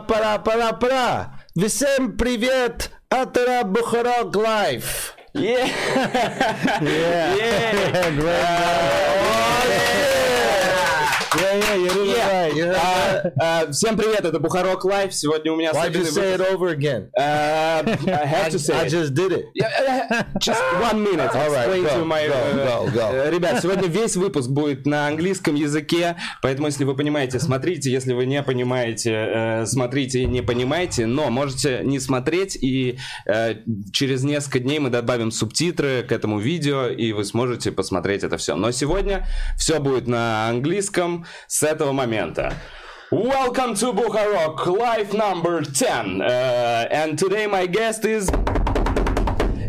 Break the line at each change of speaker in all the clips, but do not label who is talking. Ба-пара-пара-пара-пара-пара-пара-пара-пара. Всем привет от Бухарок Лайф.
Yeah.
Yeah.
Yeah.
Great. Yeah, yeah, you did it right. You did it right.
А, а, Всем привет, это Бухарок Лайв. Сегодня у меня
Why'd you
особенный
say it
выпуск.
over again?
А, I have to
I
say it.
just did it.
Yeah, Just one minute.
All right,
Explain
go,
to my,
go,
э,
go, go.
э, Ребят, сегодня весь выпуск будет на английском языке, поэтому если вы понимаете, смотрите. Если вы не понимаете, э, смотрите и не понимаете, но можете не смотреть, и э, через несколько дней мы добавим субтитры к этому видео, и вы сможете посмотреть это все. Но сегодня все будет на английском с этого момента. Welcome to Bukharok Live number 10. Uh, and today my guest is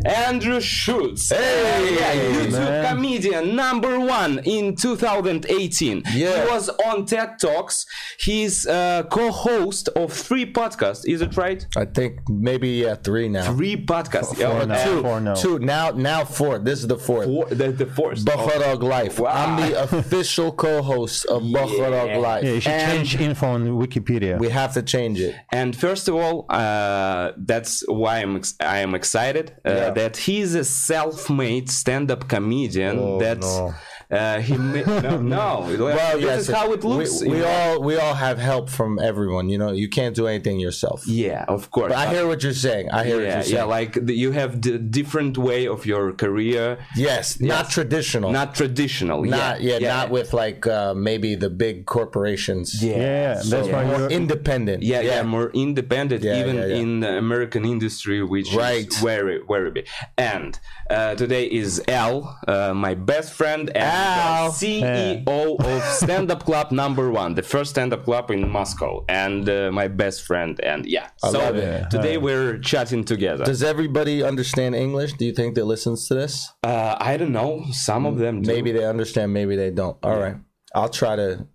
Andrew Schultz.
Hey,
yeah, YouTube
man.
comedian number one in 2018.
Yeah.
He was on TED Talks. He's uh, co-host of three podcasts. Is it right?
I think maybe yeah, three now.
Three podcasts.
Four
Yeah,
now.
two.
Four now.
Two now, now four. This is the fourth.
Four- the, the fourth.
Bacharach Life.
Wow.
I'm the official co-host of Bacharach Life.
Yeah, you should
and
change info on Wikipedia.
we have to change it.
And first of all, uh, that's why I'm ex- I am excited uh, that he's a self-made stand-up comedian. that's
Oh, no.
uh, he ma- no, no.
Well,
this
yes,
is how it looks.
We, we
you know?
all we all have help from everyone. You know, you can't do anything yourself.
yeah, of course.
I hear what you're saying. I hear what
yeah,
you're
yeah,
saying.
like the, you have the different way of your career,
yes, not traditional.
not traditional.
not yeah,
yeah,
not with like uh, maybe the big corporations.
Yeah.
yeah,
so-
that's why
More
you're
independent.
Yeah, yeah, more independent,
Yeah,
even
yeah, yeah.
in the American industry, which
Right.
is very, very big. And uh, today is Al, uh, my best friend and
Al.
the CEO of Stand Up Club Number One, the first stand up club in Moscow, and uh, my best friend. And yeah, so
love it.
today we're chatting together.
Does everybody understand English? Do you think that listens to this?
Uh, I don't know, some of them do.
Maybe they understand, maybe they don't. All right. I'll try to.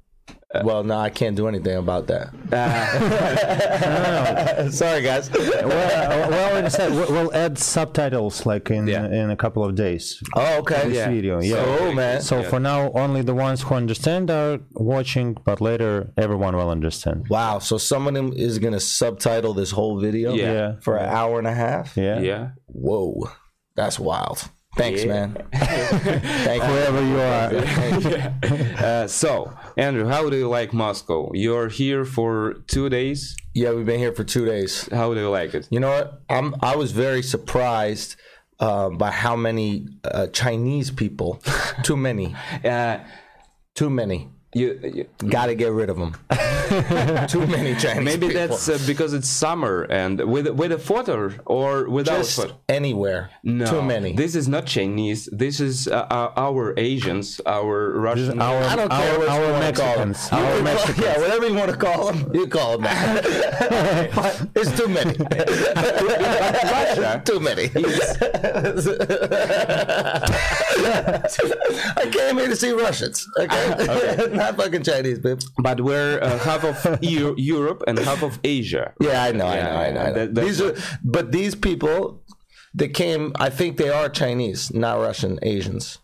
Well, no, I can't do anything about that. Sorry, guys.
well, well, it's, uh, we'll- we'll add subtitles like in
Yeah.
in a couple of days.
Oh, okay.
This
Yeah.
video, yeah.
Cool,
Oh,
man.
So for now, only the ones who understand are watching, but later everyone will understand.
Wow. So someone is gonna subtitle this whole video
Yeah.
Yeah,
for an hour and a half.
yeah.
yeah.
Whoa, that's wild. Thanks, man. Thank you.
Whoever you are,
Uh, so, Andrew, how do you like Moscow? You're here for two days.
Yeah, we've been here for two days.
How do you like it?
You know what? I'm I was very surprised um, by how many uh, Chinese people. Too many.
Uh,
Too many.
you, you,
Got to get rid of them. Too many Chinese.
maybe
people.
that's uh, because it's summer and with with a photo or without
just
photo.
anywhere.
No,
Too many.
This is not Chinese. This is uh, our- our Asians, our Russian.
our
I don't care
our,
what you
our
wanna call them.
Mexicans,
You
our
can call-
Mexicans.
yeah, whatever you want to call them, you call them. that. it's too many. too many. I came here to see Russians. Ah, Okay, not fucking Chinese people.
but we're uh, half of Eu- Europe and half of Asia.
Yeah, I know, I
Yeah,
know, I know. I know.
that- that's
these are, but these people, they came. I think they are Chinese, not Russian Asians.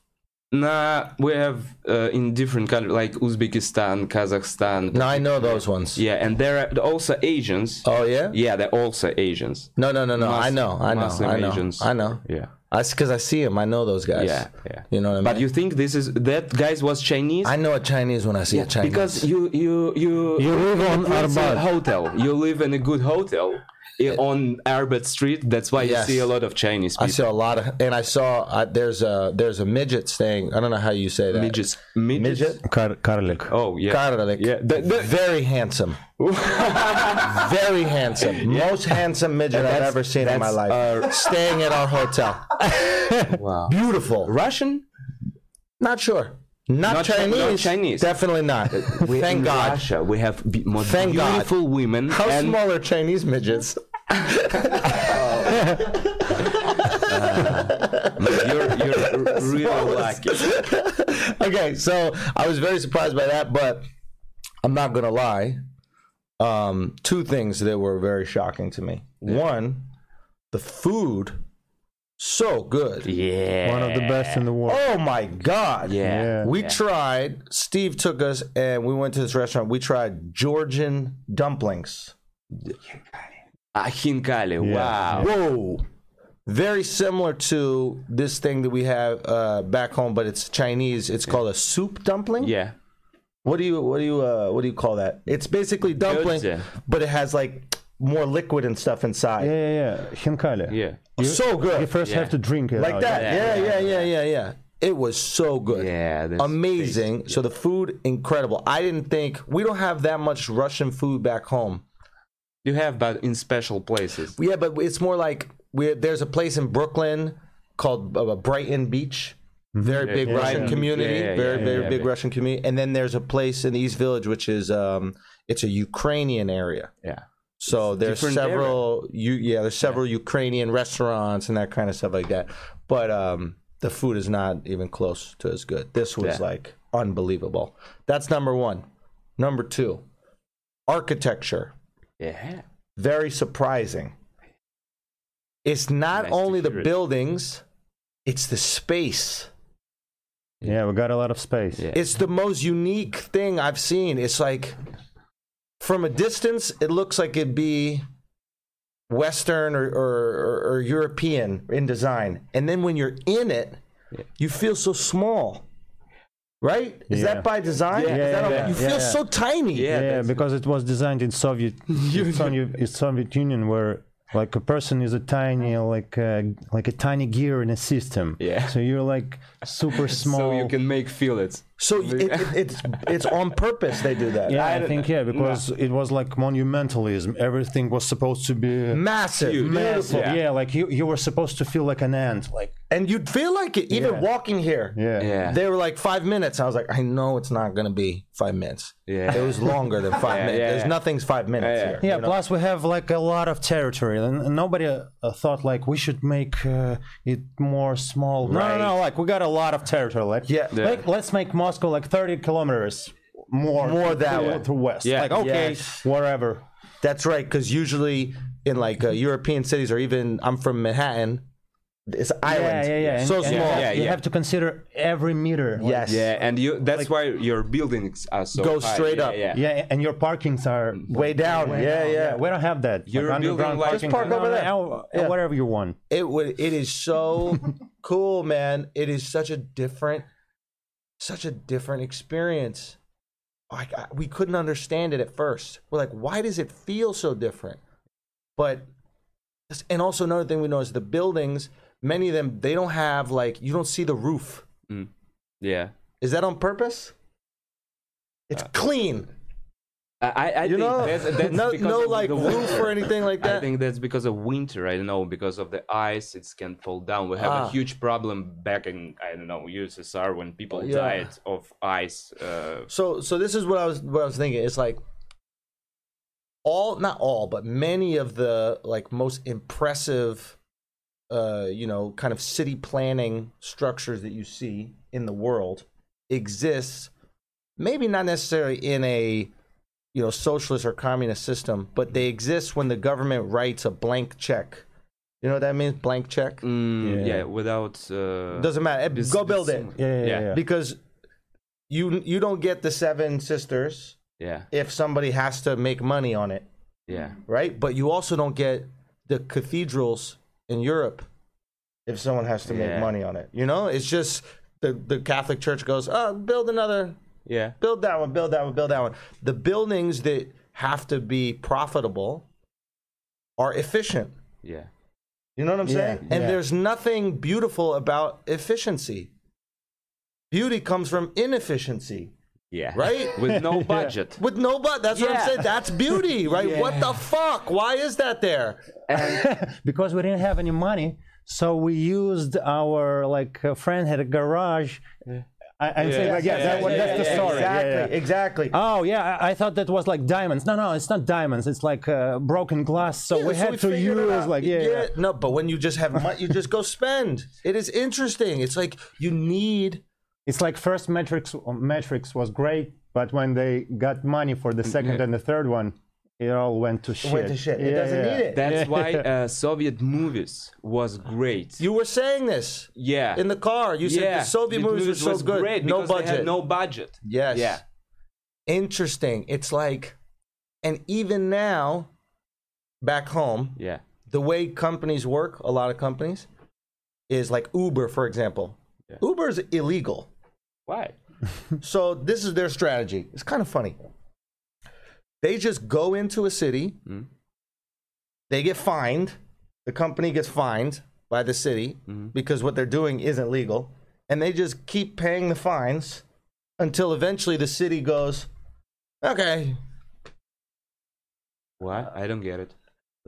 Nah, we have uh, in different countries like Uzbekistan, Kazakhstan.
No, I know those ones.
Yeah, and there are also Asians.
Oh yeah.
Yeah, they're also Asians.
No, no, no, no. I know, I know,
Muslim
I know,
Asians.
I know.
Yeah.
because I see him. I know those guys.
Yeah, yeah.
You know what I mean?
But you think this is that guys was Chinese?
I know a Chinese when I see a Chinese.
because you you you
You live on
it's a
Arbat.
hotel. You live in a good hotel i- on Arbat Street. That's why
Yes.
you see a lot of Chinese
I
people.
saw a lot of, and I saw uh, there's a there's a midget thing. I don't know how you say that.
Midgets, midgets.
midget.
Kar- Karlik.
Oh yeah.
Karlik.
Yeah. The, the,
very handsome. very handsome. Most handsome midget I've ever seen in my
that's, uh,
life. Staying at our hotel.
wow.
Beautiful.
Russian?
Not sure. Not,
Not Chi-
Chinese.
not Chinese.
Definitely not. Thank
in
God.
Russia, we have be- more
Thank God.
beautiful women.
How
and
small are Chinese midgets?
You're, you're real lucky.
okay, so I was very surprised by that, but I'm not gonna lie. Um, two things that were very shocking to me. One, the food so good.
Yeah. Oh,
One of the best in the world.
Oh my god.
Yeah.
Yeah.
We tried. Steve took us, and we went to this restaurant. We tried Georgian dumplings.
А хинкали, вау.
Whoa. Very similar to this thing that we have uh, back home, but it's Chinese. It's called a soup dumpling.
Yeah.
What do you what do you uh, what do you call that? It's basically dumpling,
Gyoza.
but it has like more liquid and stuff inside.
Yeah, yeah, yeah. Hinkale.
Yeah.
so good.
You first have to drink it.
like
out.
that.
Oh, yeah,
Yeah, yeah, yeah, yeah, yeah. It was so good.
Yeah, that's
Um, Amazing. So the food incredible. I didn't think we don't have that much Russian food back home.
You have, but in special places.
Yeah, but it's more like we there's a place in Brooklyn called uh, Brighton Beach.
Mm-hmm.
Very big
yeah,
Russian
yeah.
community.
Yeah, yeah,
very,
yeah,
very
yeah,
big
yeah.
Russian community. And then there's a place in the East Village which is um it's a Ukrainian area.
Yeah.
So there's
different
several you yeah, there's several Ukrainian restaurants and that kind of stuff like that. But um the food is not even close to as good. This was
Yeah.
like unbelievable. That's number 1. Number 2. Architecture.
Yeah.
Very surprising. It's not
Nice to
only the
hear it.
buildings, it's the space.
Yeah, we got a lot of space.
Yeah.
It's the most unique thing I've seen. It's like from a distance, it looks like it'd be Western or, or, or, or European in design. And then when you're in it, you feel so small. Right? Is
Yeah.
that by design?
Yeah,
Is that
yeah,
a-
yeah,
you feel
yeah.
so tiny.
Yeah,
yeah,
that's-
because it was designed in Soviet in Soviet, in Soviet Union, where like a person is a tiny, like a, like a tiny gear in a system.
Yeah.
So you're like super small.
So you can make feel it.
So it, it, it's it's on purpose they do that.
Yeah, I,
don't-
think yeah, because it was like monumentalism. Everything was supposed to be
Massive.
massive.
Yeah.
Yeah. like you, you were supposed to feel like an ant. Like
And you'd feel like it even
Yeah.
walking here.
yeah,
Yeah.
They were like five minutes. I was like, I know it's not going to be five minutes.
Yeah.
It was longer than five minutes.
yeah,
There's
yeah.
nothing's five minutes
Yeah, yeah.
here.
Yeah, plus we have like a lot of territory, and and nobody uh, thought like we should make uh, it more small. No, no, no, like we got a lot of territory. Like,
Yeah. Yeah.
like let's make Moscow like thirty kilometers more,
More that
to,
way.
to west.
Yeah.
Like okay,
Yes.
wherever.
That's right. Because usually in like uh, European cities or even I'm from Manhattan, it's islands.
Yeah, yeah, yeah.
So
And- and
small.
you have-
Yeah,
You
yeah.
have to consider every meter. like-
Yes.
Yeah, and you that's why your buildings are so
Go
high.
straight
yeah,
up.
Yeah.
yeah, and your parkings are
Way down. yeah, yeah.
We don't have that.
You're a building like- Just
park over there. Yeah.
wherever you want.
It would. It is so cool, man. It is such a different, such a different experience. Like I, we couldn't understand it at first. We're like, why does it feel so different? But, and also another thing we know is the buildings. Many of them they don't have like you don't see the roof.
Yeah.
Is that on purpose? It's clean.
I, I I
Uh, You
think
know,
that's, that's
no,
because
no
of
like
the
roof
winter.
or anything like
I
that.
think that's because of winter. I don't know because of the ice, it can fall down. We have
Ah.
a huge problem back in I don't know USSR when people
Yeah.
died of ice. Uh,
so so this is what I was what I was thinking. It's like all not all, but many of the like most impressive uh you know kind of city planning structures that you see in the world exists maybe not necessarily in a you know socialist or communist system, but they exist when the government writes a blank check. You know what that means? Blank check.
mm, yeah.
Yeah.
without. Uh,
Doesn't matter. Eh,
this-
Go build
this-
it.
Yeah, yeah,
Yeah.
yeah. yeah.
Because you you don't get the seven sisters
Yeah,
if somebody has to make money on it,
yeah.
right? But you also don't get the cathedrals in Europe if someone has to
Yeah.
make money on it. You know, it's just the, the Catholic Church goes, oh, build another,
Yeah.
build that one, build that one, build that one. The buildings that have to be profitable are efficient.
Yeah.
You know what I'm
Yeah,
saying? And
yeah.
there's nothing beautiful about efficiency. Beauty comes from inefficiency,
Yeah.
right?
With no budget.
With no but that's what I'm
Yeah.
saying. That's beauty, right? What the fuck? Why is that there?
because we didn't have any money, so we used our like a friend had a garage. I, I'm saying like yeah,
Yeah,
that,
yeah,
one-
yeah,
that's the
yeah,
story. yeah,
Exactly,
yeah.
exactly.
Oh yeah, I, I thought that was like diamonds. No, no, it's not diamonds. It's like uh, broken glass. So
Yeah,
we
so
had to
figured it
use
out.
like yeah, yeah.
No, but when you just have money, you just go spend. It is interesting. It's like you need
It's like first Matrix. Matrix was great, but when they got money for the second and the third one, it all went to shit.
went to shit. It doesn't need it.
That's why uh, Soviet movies was great.
You were saying this
yeah.
in the car. You said the Soviet movies were so
was
good.
Great
no
because they
budget.
had no budget.
Yes.
Yeah.
Interesting. It's like, and even now, back home,
Yeah.
the way companies work, a lot of companies, is like Uber, for example.
Yeah.
Uber is illegal.
Why?
So this is their strategy. It's kind of funny. They just go into a city,
Mhm.
they get fined, the company gets fined by the city because what they're doing isn't legal, and they just keep paying the fines until eventually the city goes, okay,
Why? I don't get it.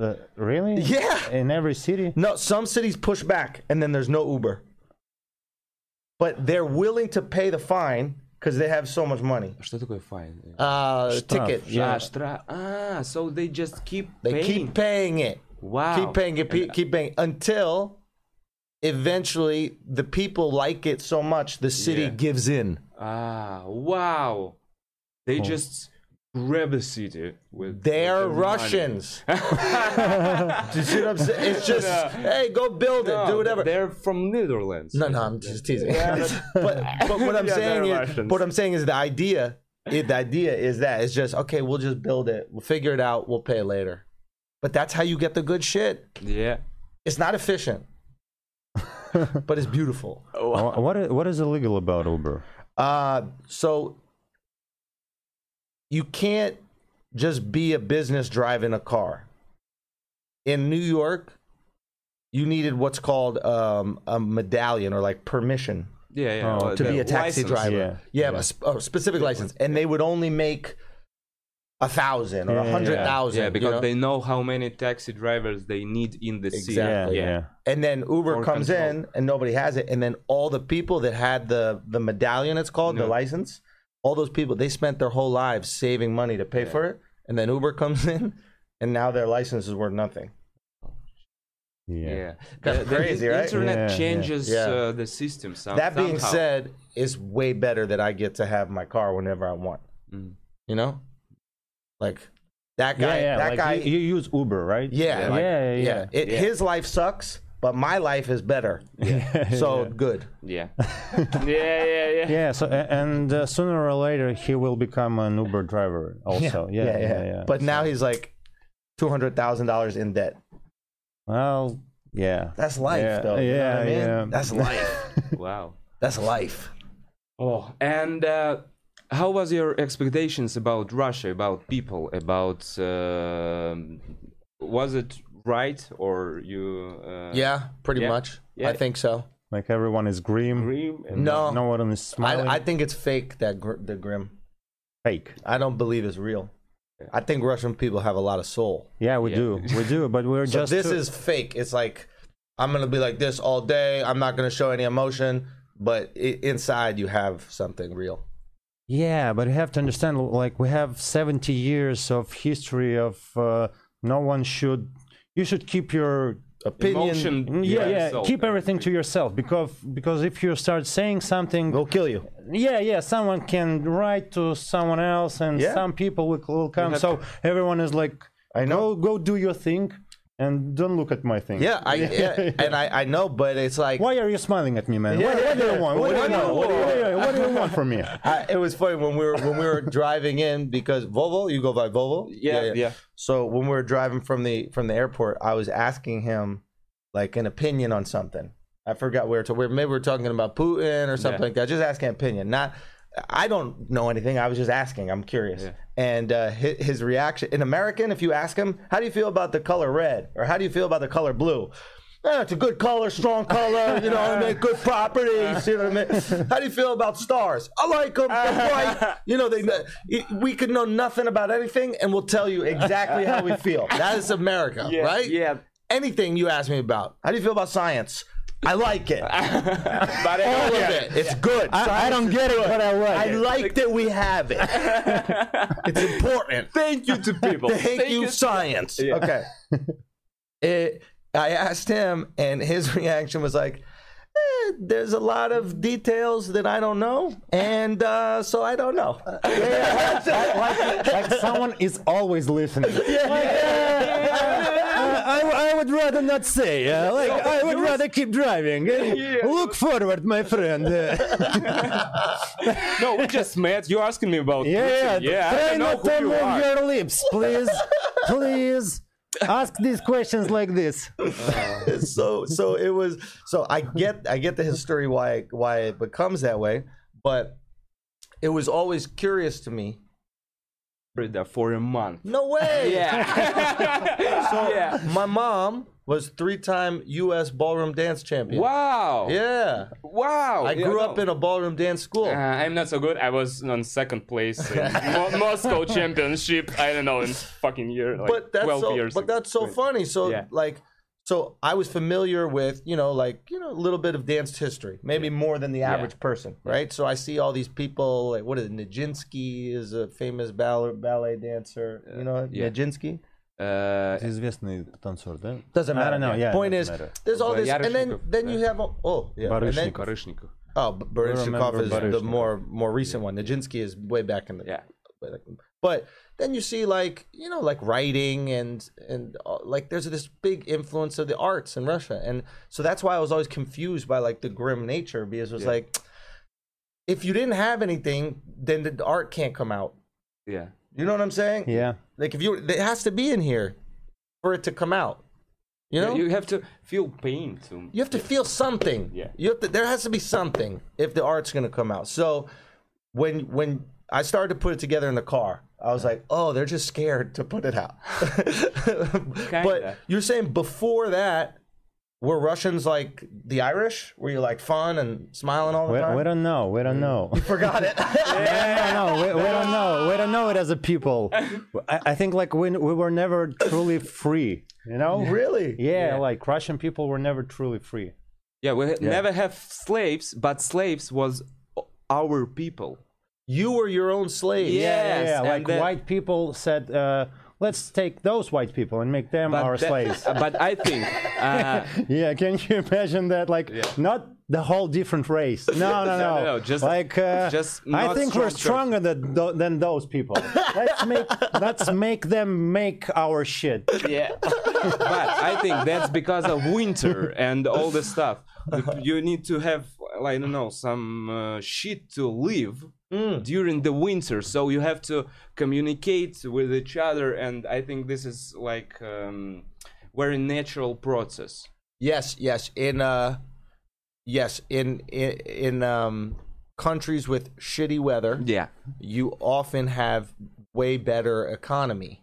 Uh, really?
Yeah.
In every city?
No, some cities push back and then there's no Uber. But they're willing to pay the fine because they have so much money.
Что такое fine?
Uh,
Штраф.
ticket.
Yeah.
Yeah.
Ah, штра- ah, so they just keep
They
paying.
keep paying uh, it.
wow.
Keep paying it. pe-
And-
Keep paying until eventually the people like it so much the city
Yeah.
gives in.
Ah, wow.
Oh.
They just grab the city with
They're
with the money.
Russians. Do you see what I'm saying? It's just,
Yeah.
hey, go build it,
No,
do whatever.
Oh, They're from Netherlands.
No, no, I'm just teasing. but,
but-
but what I'm
Yeah,
saying
they're
is,
Russians.
what I'm saying is the idea. It, the idea is that it's just okay. We'll just build it. We'll figure it out. We'll pay later. But that's how you get the good shit.
Yeah.
It's not efficient, but it's beautiful.
Wha- What i- what is illegal about Uber?
Uh, so you can't just be a business driving a car. In New York, you needed what's called um, a medallion or like permission.
Yeah, yeah.
Oh,
well,
to
the
be a taxi
license.
driver.
Yeah.
Yeah,
Yeah.
A, sp- a specific license, and they would only make a thousand or
Yeah,
a
yeah,
hundred thousand.
Yeah, because
you know?
they know how many taxi drivers they need in the city.
Yeah,
Yeah, yeah.
and then Uber
For
comes
control.
in and nobody has it, and then all the people that had the the medallion, it's called the
No.
license, all those people they spent their whole lives saving money to pay
Yeah.
for it, and then Uber comes in, and now their license is worth nothing.
Yeah.
Yeah.
That's
The- the
crazy,
in-
right?
Internet
Yeah,
changes
yeah. Yeah.
Uh, the system some,
that being
somehow.
said, it's way better that I get to have my car whenever I want.
Mm.
You know, like that
Yeah,
guy.
yeah,
that
like
guy.
you, you use Uber, right?
Yeah,
Yeah,
like-
yeah, yeah.
yeah. It,
Yeah.
His life sucks, but my life is better. So good.
Yeah. yeah, yeah, yeah.
Yeah, so a- and uh, sooner or later he will become an Uber driver also. Yeah, yeah, yeah.
But now he's like two hundred thousand dollars in debt.
well, yeah.
That's life,
Yeah,
though. You know
yeah,
what I mean?
yeah.
That's life.
Wow.
That's life.
Oh, and uh, how was your expectations about Russia, about people, about um was it right or you? Uh,
Yeah, pretty
Yeah.
much.
Yeah.
I think so.
Like everyone is grim.
Dream and
No,
No one is smiling.
I, I think it's fake. That gr- the grim.
Fake.
I don't believe it's real. I think Russian people have a lot of soul.
Yeah, we
Yeah.
do. We do, but we're
So
just
this
too-
is fake. It's like I'm gonna be like this all day. I'm not gonna show any emotion, but i inside you have something real.
Yeah, but you have to understand like we have 70 years of history of uh, no one should you should keep your Hmm,
Opinion.
Emotion.
Mm-hmm. yeah, yeah,
yourself.
keep everything to yourself because because if you start saying something
They'll kill you.
yeah yeah someone can write to someone else and
Yeah.
some people will, will come
have
so everyone is like
I know.
go, go do your thing and don't look at my thing
Yeah, I yeah, and I, I know, but it's like
why are you smiling at me man
Yeah,
what, what do
yeah.
you want what, do you want what do you, what do you want from me
I, it was funny when we were when we were driving in because Volvo, you go by Volvo.
Yeah, yeah.
So when we were driving from the from the airport, I was asking him like an opinion on something. I forgot where to where maybe we are talking about Putin or something
Yeah.
like that. Just asking opinion. Not I don't know anything. I was just asking. I'm curious.
Yeah.
And uh, his, his reaction in American, if you ask him, how do you feel about the color red or how do you feel about the color blue? "Eh, it's a good color, strong color, you know what I mean? Good property, you see what I mean? How do you feel about stars? I like them, they're bright. You know, they, it- we could know nothing about anything and we'll tell you exactly how we feel. That is America,
Yeah,
right?
yeah.
Anything you ask me about. How do you feel about science? I like it. All
But I
of
don't get
it. It's good.
I, I don't get it but I like
I
it.
like that we have it. It's important.
Thank you to people.
Thank, you, science. Okay. it, I asked him, and his reaction was like, eh, there's a lot of details that I don't know, and uh, so I don't know.
like, like someone is always listening. Like, uh, I, I would rather not say. Uh, like I would rather keep driving. Look forward, my friend. Uh,
No, we just met. You asking me about
yeah, yeah.
Putin. yeah. I
Try
don't know
not to
who you
move
are.
your lips, please, please. Ask these questions like this.
so so it was so I get I get the history why why it becomes that way, but it was always curious to me.
Florida for a month.
No way.
Yeah.
So
Yeah.
my mom was three-time U.S. ballroom dance champion.
Wow.
Yeah,
Wow.
I
Yeah,
grew
no.
up in a ballroom dance school.
Uh, I'm not so good. I was on second place in Mo- Moscow Championship. I don't know in fucking year, like
but that's
twelve
so,
years.
but that's so funny. So
Yeah.
like, so I was familiar with you know like you know a little bit of dance history, maybe more than the average person, right? So I see all these people like what is it, Nijinsky is a famous ballet ballet dancer, you know
Uh, yeah.
Nijinsky.
Uh,
Известный танцор, да?
Doesn't matter.
I don't know. Yeah.
Point
doesn't
is,
matter.
there's all
The
this, and then
Yaroshnikov,
then you
yeah.
have all- oh yeah, and then,
Baryshnikov.
Барышников.
oh B- Baryshnikov
remember
is the
Baryshnikov.
more more recent one. Nijinsky is way back in the
Yeah.
but, but then you see like you know like writing and and uh, like there's this big influence of the arts in Russia and so that's why I was always confused by like the grim nature because it was like if you didn't have anything then the art can't come out
Yeah.
you know what I'm saying
Yeah.
like if you it has to be in here for it to come out you know
You have to feel pain to.
you have to feel something.
Yeah.
You have to, there has to be something if the art's going to come out. So when when I started to put it together in the car, I was like, "Oh, they're just scared to put it out." But
Kinda.
you're saying before that were Russians like the Irish? Were you like fun and smiling all the
We,
time?
we don't know. We don't know.
Forgot it.
no, we, we don't know. We don't know it as a people. I, I think like we we were never truly free. You know?
really?
Yeah.
Yeah, like Russian people were never truly free.
Yeah, we ha- never have slaves, but slaves was o- our people.
You were your own slave.
Yes,
yeah,
and
like
then-
white people said, uh, let's take those white people and make them
But
our
that-
slaves.
But I think uh,
yeah, can you imagine that? Like, not the whole different race. No, no, no.
no, no, just-
like, uh,
just
I
not
think we're
strong
stronger than, tho- than those people. let's make let's make them make our shit.
yeah, but I think that's because of winter and all the stuff. The- You need to have I don't know some uh, shit to live during the winter, so you have to communicate with each other, and I think this is like um, very natural process.
Yes, yes. In uh yes, in in, in um countries with shitty weather.
Yeah,
you often have way better economy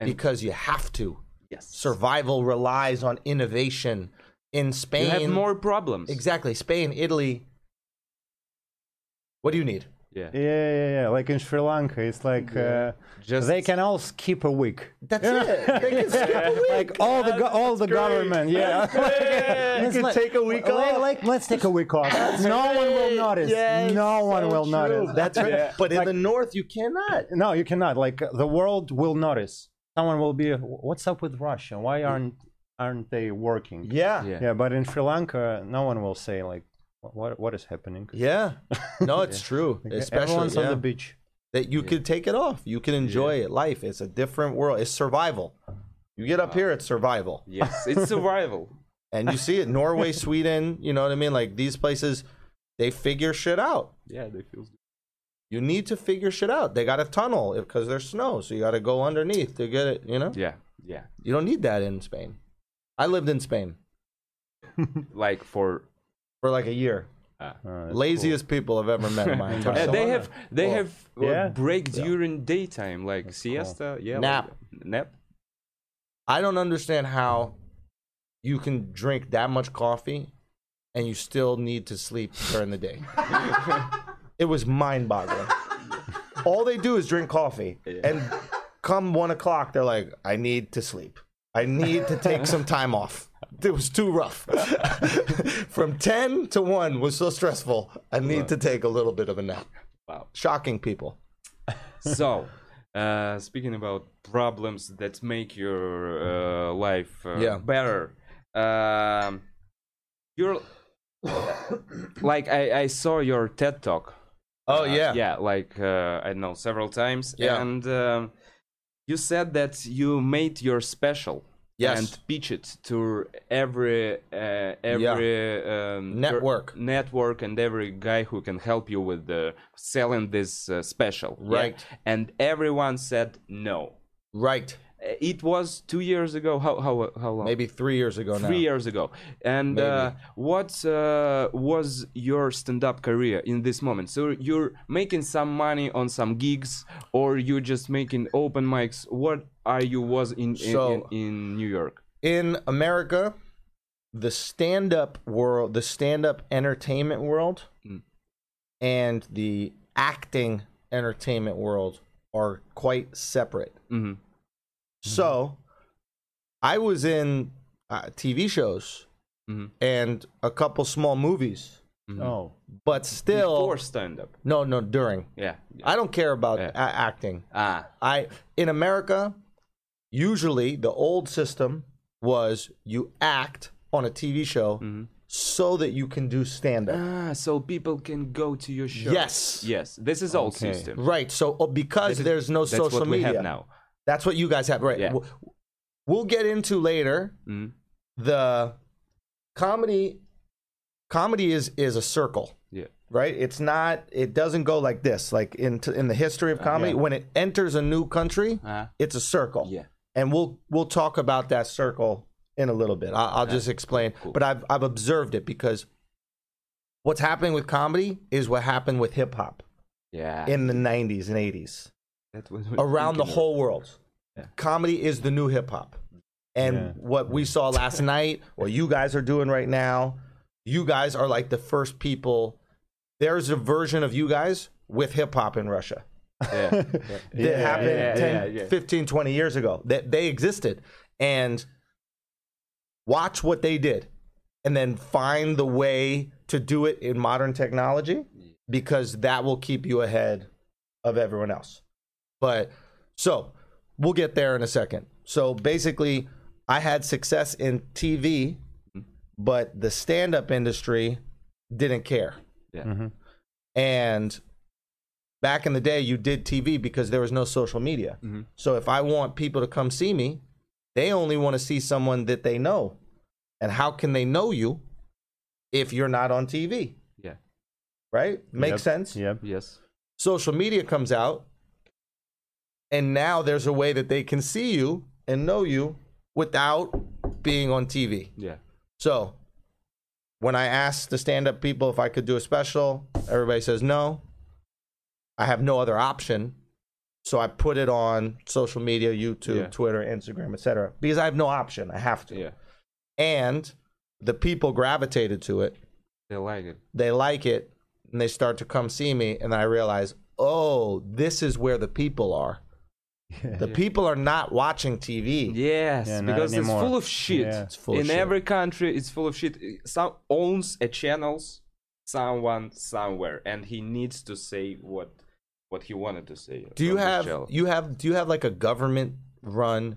because you have to.
yes.
Survival relies on innovation. In Spain,
you have more problems.
exactly. Spain, Italy. What do you need?
Yeah.
Yeah, yeah, yeah. Like in Sri Lanka, it's like uh,
Just-
they can all skip a week.
That's it. They can skip a week.
Like all the go- all the government, yeah.
You
It's
can
like-
take a week
like,
off.
Like, let's take a week off. no one will notice.
Yes,
no one
so
will
true.
notice.
That's right.
Yeah.
But in the north, you cannot.
No, you cannot. Like the world will notice. Someone will be, what's up with Russia? Why aren't aren't they working?
Yeah.
Yeah.
Yeah.
Yeah, but in Sri Lanka, no one will say like, what what is happening?
No, it's true. Especially
Everyone's on
yeah.
the beach.
that you can take it off. You can enjoy it. Life. It's a different world. It's survival. You get up here, it's survival.
Yes, it's survival.
and you see it norway sweden you know what i mean like these places they figure shit out
yeah, they feel.
you need to figure shit out they got a tunnel because there's snow so you got to go underneath to get it you know
Yeah, yeah.
you don't need that in spain i lived in spain
Like for
for like a year
Uh,
laziest people i've ever met in my entire
Uh,
life
they have they
Well,
have uh,
yeah.
break during daytime like siesta. Yeah,
Nap.
like- nap.
i don't understand how you can drink that much coffee and you still need to sleep during the day it was mind-boggling all they do is drink coffee and come one o'clock they're like i need to sleep i need to take some time off it was too rough from 10 to 1 was so stressful i need to take a little bit of a nap
Wow.
shocking people
So, uh, speaking about problems that make your uh, life uh,
Yeah.
better, um, your like I, I saw your TED talk.
Oh
Uh,
yeah.
yeah, like uh, I know several times.
Yeah.
and um you said that you made your special.
Yes.
and pitch it to every uh, every um, per-
Network.
network and every guy who can help you with the selling this uh, special. Yeah.
Right.
and everyone said no.
Right.
Uh, It was two years ago. How how how long?
Maybe three years ago now.
three years ago. And uh, what uh, was your stand-up career in this moment? So you're making some money on some gigs, or you're just making open mics. What are you was in in,
So-
in, in New York?
in America, the stand up world, the stand up entertainment world,
Hmm.
and the acting entertainment world are quite separate.
Mhm.
So I was in uh, TV shows
Mhm.
and a couple small movies,
Oh.
but still.
Before stand-up,
No, no, during.
yeah.
I don't care about
Yeah.
a- acting.
Ah,
I in America, usually the old system was you act on a TV show
Mm-hmm.
so that you can do stand up.
ah. So people can go to your show.
Yes.
Yes. This is old system.
Right. So oh, because there's no
That's
social
what we
media.
have now.
That's what you guys have, right?
Yeah.
We'll, we'll get into later
Mhm.
the comedy. Comedy is is a circle.
Yeah.
right? It's not. It doesn't go like this. Like in t- in the history of
Uh,
comedy, when it enters a new country,
Uh-huh.
it's a circle.
Yeah.
and we'll we'll talk about that circle in a little bit. I, I'll just explain. But I've I've observed it because what's happening with comedy is what happened with hip hop
Yeah.
in the '90s and '80s
That was what
around the
thinking of.
whole world. Comedy is the new hip hop. And
Yeah.
what we saw last night, what you guys are doing right now, you guys are like the first people. There's a version of you guys with hip hop in Russia
Yeah.
that happened
yeah,
10,
yeah, yeah.
15, 20 years ago. That they existed. And watch what they did and then find the way to do it in modern technology because that will keep you ahead of everyone else. But so we'll get there in a second. So basically, I had success in TV, but the stand up industry didn't care.
Yeah.
And back in the day, you did TV because there was no social media.
Mm. Mm-hmm.
So if I want people to come see me, they only want to see someone that they know. And how can they know you if you're not on TV?
Yeah.
Right? Makes sense.
Yep.
Yes.
Social media comes out, and now there's a way that they can see you and know you without being on TV.
Yeah.
So when I asked the stand up people if I could do a special, everybody says no. I have no other option. So I put it on social media, YouTube,
Yeah.
Twitter, Instagram, etc. Because I have no option. I have to.
Yeah.
And the people gravitated to it.
They like it.
They like it and they start to come see me and I realize, "Oh, this is where the people are." The people are not watching TV.
Yes,
Yeah, not
because it's
anymore.
full of shit.
Yeah.
It's full of
In
shit.
every country, it's full of shit. Some owns a channels, someone somewhere, and he needs to say what what he wanted to say.
Do you
on this
have
channel.
you have do you have like a government run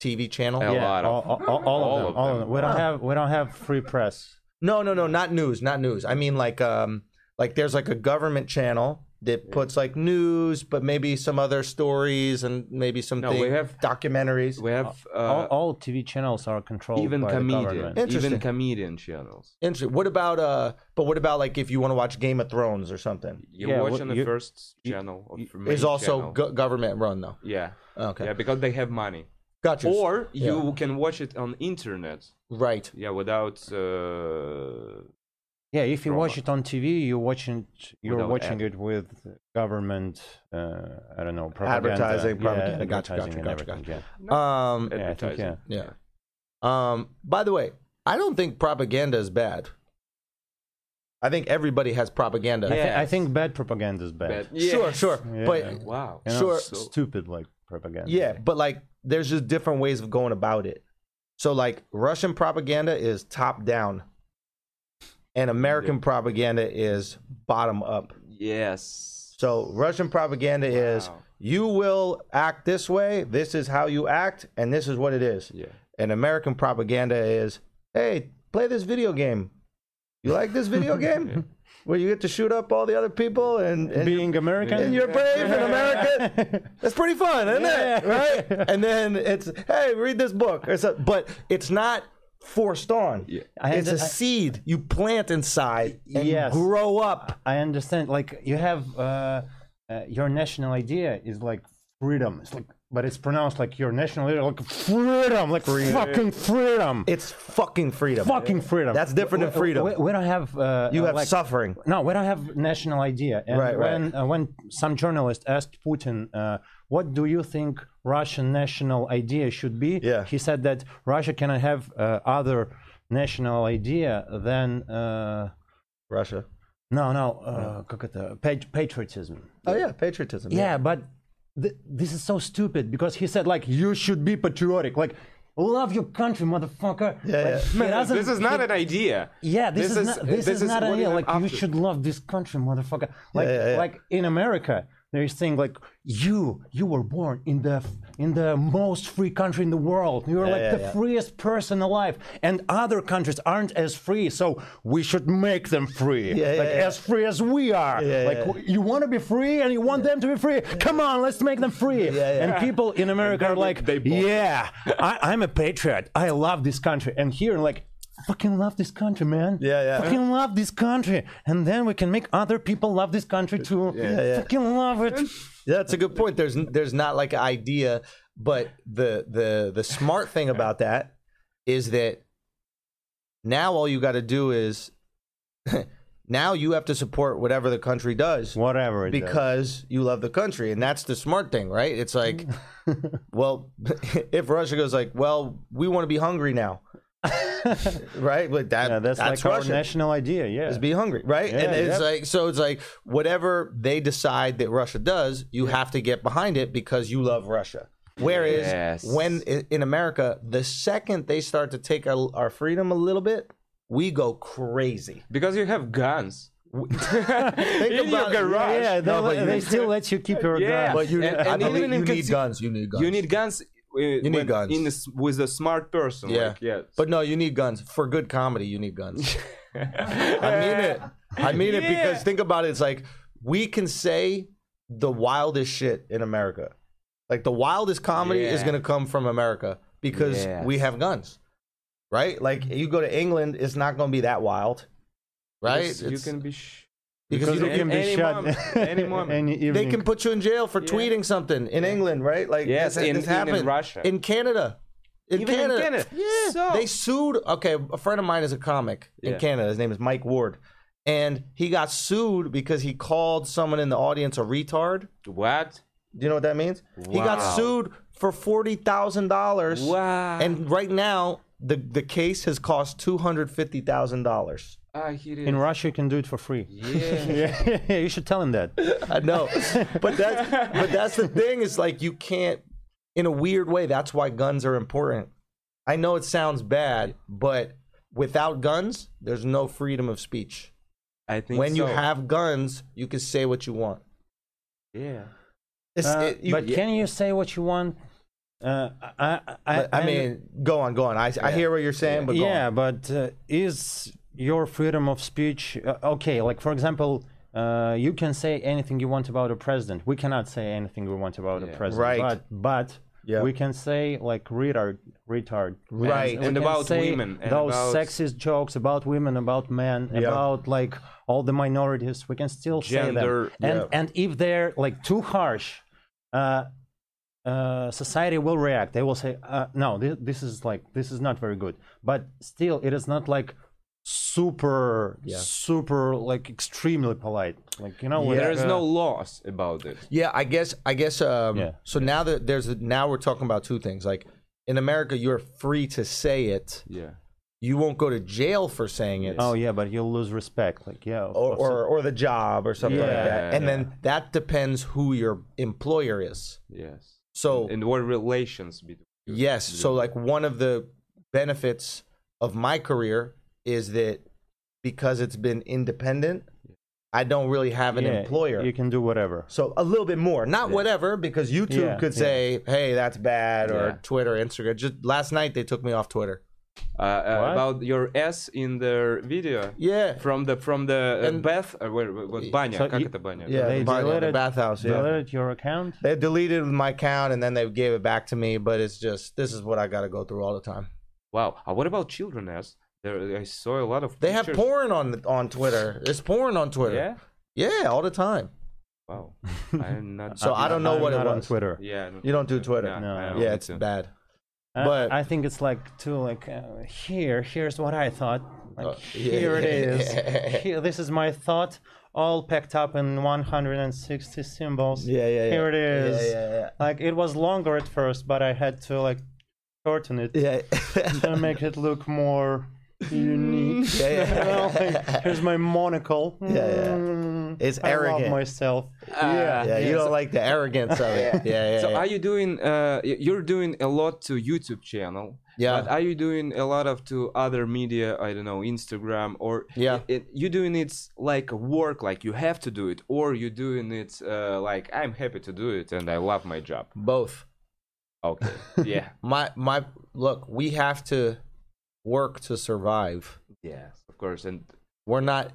TV channel?
A lot of
All, all, all,
All
of them.
of
all of
them.
them. We don't have we don't have free press.
No, no, no, not news, not news. I mean like um like there's like a government channel that puts like news, but maybe some other stories and maybe some
No, we have-
documentaries.
we have uh,
Oh,
all, all TV channels are controlled
even
by the
comedian,
government.
even
Interesting.
comedian channels.
Interesting. What about uh but what about like if you want to watch Game of Thrones or something?
You
Yeah,
watch
what-
on the
you-
first channel of main
Is also
channel.
go- government run though.
yeah,
Okay.
yeah, because they have money.
Got you.
Or
Yeah.
you can watch it on internet.
right.
Yeah, without. Uh,
Yeah, if you watch
Drama.
it on TV, you're watching you're
Without
watching
ad.
it with government. Uh, I don't know propaganda.
Advertising,
Yeah,
propaganda. Gotcha,
advertising
gotcha,
and
gotcha, Um
everything, Yeah, I think,
advertising.
yeah.
yeah. Um by the way, I don't think propaganda is bad. I think everybody has propaganda.
yeah. I, thi- I
Yes.
think bad propaganda is bad.
But-
Sure,
Yes.
sure.
Yeah.
But
Wow.
You know,
Sure.
s- stupid like propaganda.
Yeah, but like there's just different ways of going about it. So like Russian propaganda is top down. And American propaganda is bottom up.
Yes.
So Russian propaganda is
Wow.
you will act this way, this is how you act, and this is what it is.
Yeah.
And American propaganda is, hey, play this video game. You like this video game where you get to shoot up all the other people and, and
Being American.
and you're brave and American. That's pretty fun, isn't it? Right? And then it's hey, read this book. It's a, but it's not forced on.
I
It's a
under- I-
seed you plant inside and
Yes.
grow up.
I understand. Like you have uh, uh, your national idea is like freedom. It's like, but it's pronounced like your national idea, like freedom, like fucking freedom,
It's fucking freedom.
fucking freedom.
That's different than freedom.
We, we don't have. Uh,
you
uh,
have
like-
suffering.
No, we don't have national idea. And
Right, right.
when uh, when some journalist asked Putin, uh, "What do you think Russian national idea should be?"
Yeah.
he said that Russia cannot have uh, other national idea than. Uh,
Russia.
no, no, uh, как это? Пат- patriotism.
Oh yeah, patriotism.
Yeah, but th- this is so stupid because he said like you should be patriotic, like love your country, motherfucker.
Yeah, yeah.
He doesn't-
This is not an idea.
yeah, this, is, not, this, is, not
what
idea.
an
Like you
option.
should love this country, motherfucker. Like
yeah, yeah.
like in America, they're saying like you you were born in the in the most free country in the world. You're like
yeah,
the
yeah.
freest person alive, and other countries aren't as free. So we should make them free,
Yeah, yeah,
like
yeah.
as free as we are.
Yeah,
like
yeah.
w- you want to be free and you want them to be free. Come on, let's make them free.
yeah.
And people in America are
they-
like,
they bought
yeah, I, I'm a patriot. I love this country. And here, like, fucking love this country, man.
Yeah, yeah.
Fucking love this country. And then we can make other people love this country too.
yeah.
Fucking love it.
That's a good point. There's there's not like an idea, but the the the smart thing about that is that now all you got to do is now you have to support whatever the country does
Whatever it is.
because you love the country and that's the smart thing, right? It's like well, if Russia goes like, well, we want to be hungry now. right? But that,
Yeah,
that's,
that's, like
Russia
our national idea, yeah.
is be hungry, right? and
Yeah,
it's
yep.
like so it's like whatever they decide that Russia does, you have to get behind it because you love Russia. Whereas
Yes.
when i- in America, the second they start to take our, our freedom a little bit, we go crazy.
Because you have guns. in
about-
your garage.
yeah, they,
No, but
let-
you-
they still let you keep your
Yeah.
guns.
But you,
And-
I
and
believe
even in
you need
consi-
guns. You need guns.
You need guns. You
need guns.
in this, with a smart person.
yeah.
like, yeah.
But no, you need guns for good comedy. You need guns. I mean it. I mean it because
Yeah.
think about it. It's like we can say the wildest shit in America. Like the wildest comedy is
Yeah.
going to come from America because
Yes.
we have guns, right? Like you go to England, it's not going to be that wild, right?
Because you
It's-
can be. Sh-
because
because
you
you
don't-
can be
any
shot
moment, any moment.
any evening.
they can put you in jail for tweeting something in England, right? Like
Yes,
this,
in-
this
in- in
happened
Russia.
in Canada. In
Even in
Canada.
Canada.
Yeah.
So-
They sued. Okay, a friend of mine is a comic in
Oh. Yeah.
Canada. His name is Mike Ward. And he got sued because he called someone in the audience a retard.
what?
Do you know what that means? He got
Wow.
sued for $40,000.
Wow.
And right now, the, the case has cost $250,000.
Ah, here it
in
is.
Russia, you can do it for free.
Yeah.
yeah, you should tell him that.
I know, but that's but that's the thing is like you can't. In a weird way, that's why guns are important. I know it sounds bad, but without guns, there's no freedom of speech.
I think
When you
so.
have guns, you can say what you want.
Yeah.
It's,
Uh,
it- you-
but can you say what you want? Uh, I, I,
but, I mean, go on, go on. I, I hear what you're saying, but go on.
yeah, but uh, is your freedom of speech uh, okay? Like, for example, uh, you can say anything you want about a president. We cannot say anything we want about a
Yeah.
president.
Right.
But, but
Yeah.
we can say like retard, retard.
Right.
we
And
can
about
say
women, and
those
about-
sexist jokes about women, about men, about like all the minorities. We can still
Gender,
say them. And
yeah.
and if they're like too harsh. Uh, uh, society will react. They will say, uh, "No, this, this is like this is not very good." But still, it is not like super, super like extremely polite. Like you know, like,
There is
uh,
no laws about it.
Yeah, I guess I guess um
Yeah.
so now that there's now we're talking about two things. Like in America you're free to say it.
Yeah.
You won't go to jail for saying it.
Oh yeah, but you'll lose respect. Like yeah, of
or,
course.
or, or the job or something like that.
Yeah,
And then that depends who your employer is.
Yes.
So,
And what relations between?
yes. So, like, one of the benefits of my career is that because it's been independent, I don't really have an
Yeah,
employer.
You can do whatever.
so, a little bit more, not whatever, because YouTube
Yeah,
could
yeah.
say, hey, that's bad, or
Yeah.
Twitter, Instagram. Just last night, they took me off Twitter.
uh, uh,
What?
about your ass in the video.
Yeah.
From the from the uh,
And-
bath, uh, where, what баня?
So
как
you-
это баня?
Yeah,
They
the, bar- the
deleted-
bathhouse. Yeah.
Deleted your account?
They deleted my account and then they gave it back to me, but it's just this is what I got to go through all the time.
Wow. Uh, what about children ass? There, I saw a lot of.
They have
pictures.
porn on on Twitter. It's porn on Twitter.
Yeah.
Yeah, all the time.
Wow. I'm not.
So I don't know
I'm
what it
not on
was.
Twitter.
Yeah. I don't-
You don't do Twitter.
No, I
No.
don't
Yeah,
need
it's
to.
bad.
I-
But-
Uh, I think it's like too like uh, here. Here's what I thought. Like,
Oh, yeah.
here it is. here, this is my thought, all packed up in 160 symbols.
Yeah, yeah, yeah.
Here it is.
Yeah, yeah,
Like it was longer at first, but I had to like shorten it
yeah.
to make it look more unique.
Yeah, yeah.
You know, like, here's my monocle.
yeah.
Mm,
It's
I
arrogant.
love myself.
Uh, Yeah.
yeah, you
So-
don't like the arrogance of it. Yeah, yeah.
So
yeah.
are you doing? Uh, y- you're doing a lot to YouTube channel.
Yeah.
But are you doing a lot of to other media? I don't know, Instagram or
Yeah.
It, you doing it like work, like you have to do it, or you doing it uh, like I'm happy to do it and I love my job.
Both.
Okay. yeah.
My my look, we have to work to survive.
Yes. Of course. And
We're not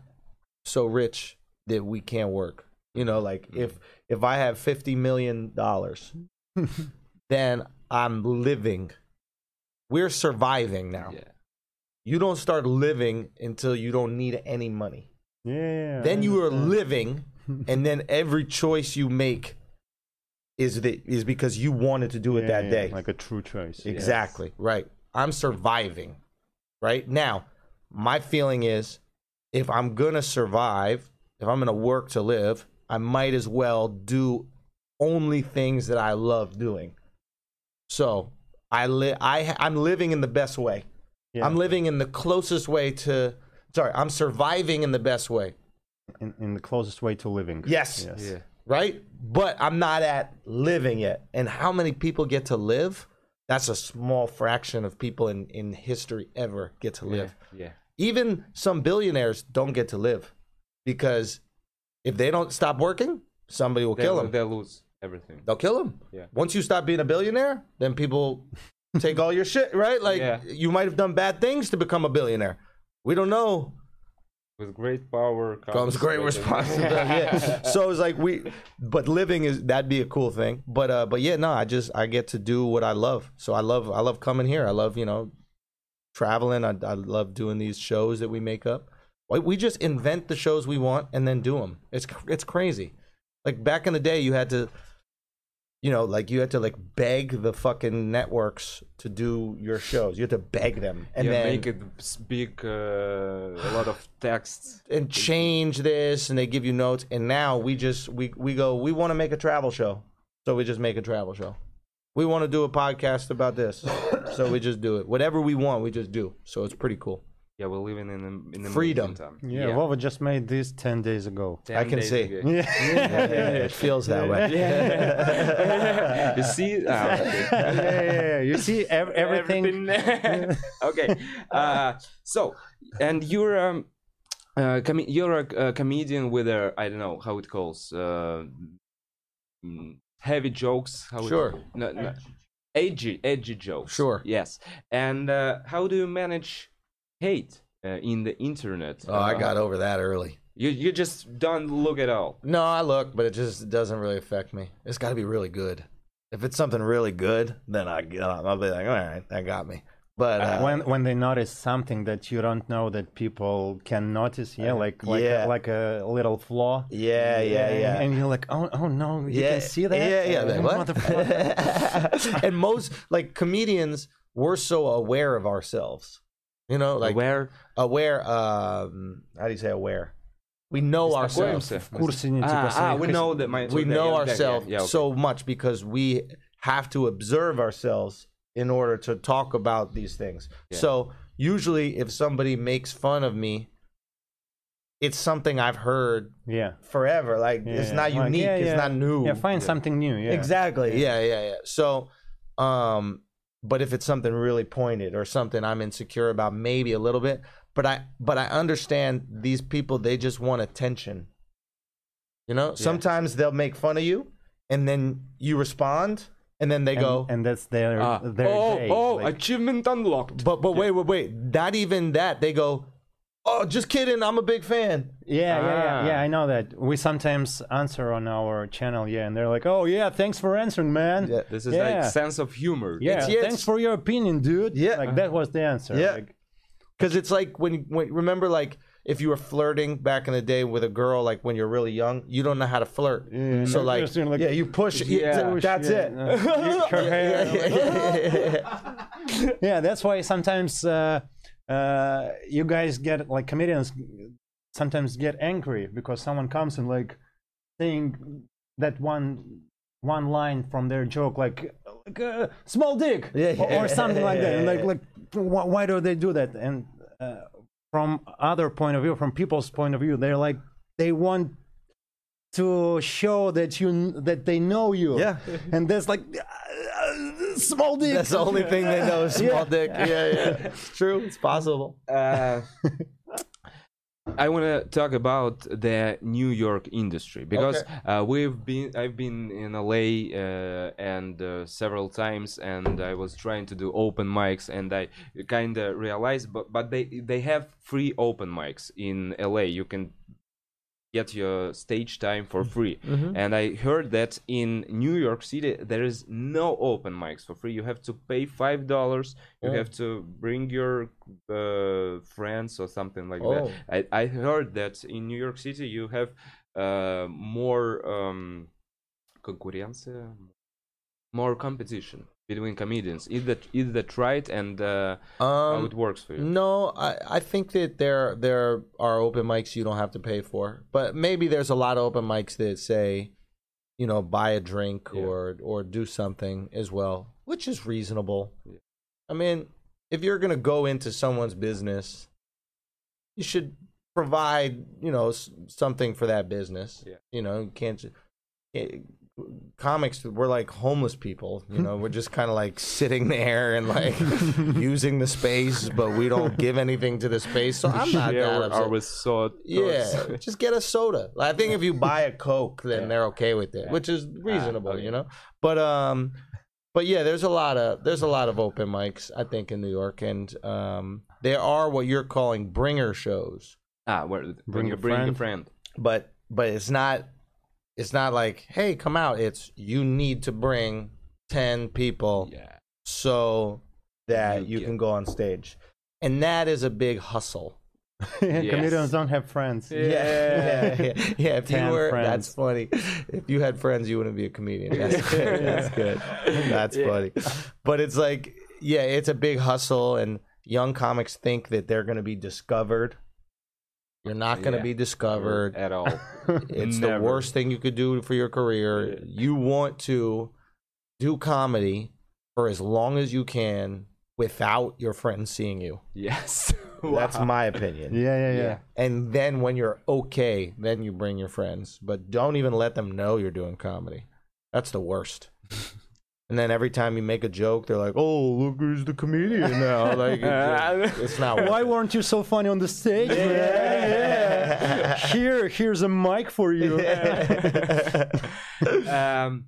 so rich that we can't work. You know, like if if I have 50 million dollars, then I'm living. We're surviving now.
yeah.
You don't start living until you don't need any money.
Yeah.
then you are living and then every choice you make is that is because you wanted to do it that day
Like a true choice.
exactly right i'm surviving right now my feeling is if i'm gonna survive if i'm gonna work to live i might as well do only things that i love doing so i li- I ha- i'm living in the best way
Yeah.
i'm living in the closest way to sorry i'm surviving in the best way
in, in the closest way to living.
Yes.
Yes.
Yeah.
right? But I'm not at living yet. And how many people get to live? That's a small fraction of people in, in history ever get to live.
Yeah.
Even some billionaires don't get to live because if they don't stop working, somebody will
They,
kill them.
They lose everything.
They'll kill them.
Yeah.
Once you stop being a billionaire, then people take all your shit, right? Like
Yeah.
you might have done bad things to become a billionaire. We don't know
With great power comes,
comes great responsibility. yeah. So it's like we, but living is that'd be a cool thing. But uh, but yeah, no, I just I get to do what I love. So I love I love coming here. I love you know traveling. I I love doing these shows that we make up. Why- We just invent the shows we want and then do them. It's cr- it's crazy. Like back in the day, you had to. You know, like you had to like beg the fucking networks to do your shows. You had to beg them, and
yeah,
then
make it s- big, uh, a lot of texts.
and change this and they give you notes and now we just we we go we want to make a travel show so we just make a travel show we want to do a podcast about this so we just do it whatever we want we just do so it's pretty cool
Yeah, we're living in a, in a
Freedom.
Time.
Yeah, well, we just made this 10 days ago.
I can see.
Yeah.
it feels that way
you see. Ah, okay.
yeah, yeah, yeah. You see ev- everything.
Everything- okay. Uh, so, and you're um, uh, com- you're a, a comedian with a I don't know how it calls uh, mm, heavy jokes. How it-
Sure.
no, no, edgy, edgy jokes.
Sure.
Yes. And uh, how do you manage hate uh, in the internet?
oh i
Uh,
got over that early
You you just don't look at all.
no i look but it just doesn't really affect me it's got to be really good if it's something really good then i get on i'll be like all right that got me but uh,
when when they notice something that you don't know that people can notice, yeah, like like
Uh, yeah.
A, like a little flaw,
yeah yeah
and,
yeah
and you're like, oh oh no, you can see that,
Yeah, yeah.
Oh,
Like, what?
motherfucker.
and most like comedians, we're so aware of ourselves. You know, like
Where?
aware. Um, how do you say aware? We know ourselves.
Знакомимся.
В курсе не, типа,
Ah, ah,
своих
we
хос-
know that my
We
okay,
know
yeah, yeah,
ourselves
yeah, okay.
so much because we have to observe ourselves in order to talk about these things. So usually, if somebody makes fun of me, it's something I've heard
Yeah,
forever. Like
yeah,
it's
yeah.
not
Like,
unique.
yeah,
It's
yeah.
not new.
Yeah, find something new. Yeah,
Exactly. Yeah. yeah, yeah, So, um, but if it's something really pointed or something I'm insecure about, maybe a little bit. But I, but I understand these people. They just want attention. You know. Sometimes they'll make fun of you, and then you respond, and then they go.
and that's their
Ah.
uh,
their
oh,
day.
oh,
like-
achievement unlocked.
but but wait wait wait, not even that. They go. Oh, just kidding. I'm a big fan.
yeah, yeah, yeah, yeah.
Ah.
I know that. We sometimes answer on our channel, yeah, and they're like, "Oh yeah, thanks for answering, man."
Yeah.
This is
Yeah.
like sense of humor.
Yeah,
It's- yeah,
thanks
it's-
for your opinion, dude.
Yeah.
like that was the answer.
Yeah.
like,
Because it's like when, when remember like if you were flirting back in the day with a girl like when you're really young, you don't know how to flirt. So
You're
like,
just doing, like,
yeah, you push.
Yeah.
Yeah,
push,
that's
yeah,
it.
uh, you- her hair, like- yeah that's why sometimes uh, uh, you guys get like comedians sometimes get angry because someone comes and like saying that one one line from their joke like like uh, small dick
Yeah,
or, or something like that and
yeah,
like like why, why do they do that and uh, from other point of view from people's point of view they're like they want to show that you that they know you
Yeah.
and that's like uh, small dick
That's the only thing they know is small dick. Yeah, yeah. It's true. It's possible.
Uh, I want to talk about the New York industry because uh, we've been I've been in LA uh, and uh, several times and I was trying to do open mics and I kind of realized but but they they have free open mics in LA you can get your stage time for
Mm-hmm.
free and I heard that in New York City there is no open mics for free you have to pay five dollars you
Oh.
have to bring your uh, friends or something like
Oh.
that I, I heard that in New York City you have uh, more um, конкуренция, more competition between comedians. Is that is that right? And uh, how
Um,
it works for you?
no, I, I think that there there are open mics you don't have to pay for, but maybe there's a lot of open mics that say, you know, buy a drink
Yeah.
or or do something as well, which is reasonable. I mean, if you're gonna go into someone's business, you should provide you know s- something for that business.
Yeah.
You know, you can't. ju- can't- Comics, we're like homeless people. You know, we're just kind of like sitting there and like using the space, but we don't give anything to the space. So I'm not
yeah,
that
or,
upset.
or with salt.
Yeah, just get a soda. I think if you buy a Coke, then they're okay with it, which is reasonable,
Ah, okay.
you know. But um, but yeah, there's a lot of there's a lot of open mics I think in New York, and um, there are what you're calling bringer shows,
Ah, where, bring,
Bring
a
a
bring a
friend.
friend.
but but it's not it's not like hey come out. It's you need to bring ten people
Yeah,
so that
You
you
get-
can go on stage, and that is a big hustle.
Comedians don't have friends.
Yeah, yeah, yeah. yeah if you
Ten
were,
friends.
that's funny. If you had friends, you wouldn't be a comedian. That's good. That's good. That's funny. But it's like, yeah, it's a big hustle, and young comics think that they're going to be discovered. You're not going to
Yeah.
be discovered.
at all.
It's the
Never.
worst thing you could do for your career. You want to do comedy for as long as you can without your friends seeing you.
yes,
That's my opinion.
yeah, yeah, yeah.
Yeah.
And then when you're okay, then you bring your friends. But don't even let them know you're doing comedy. That's the worst. and then every time you make a joke, they're like, "Oh, look who's the comedian now!" Like it's, it's not. worth
Why
it.
weren't you so funny on the stage? Yeah, Here, here's a mic for you.
um,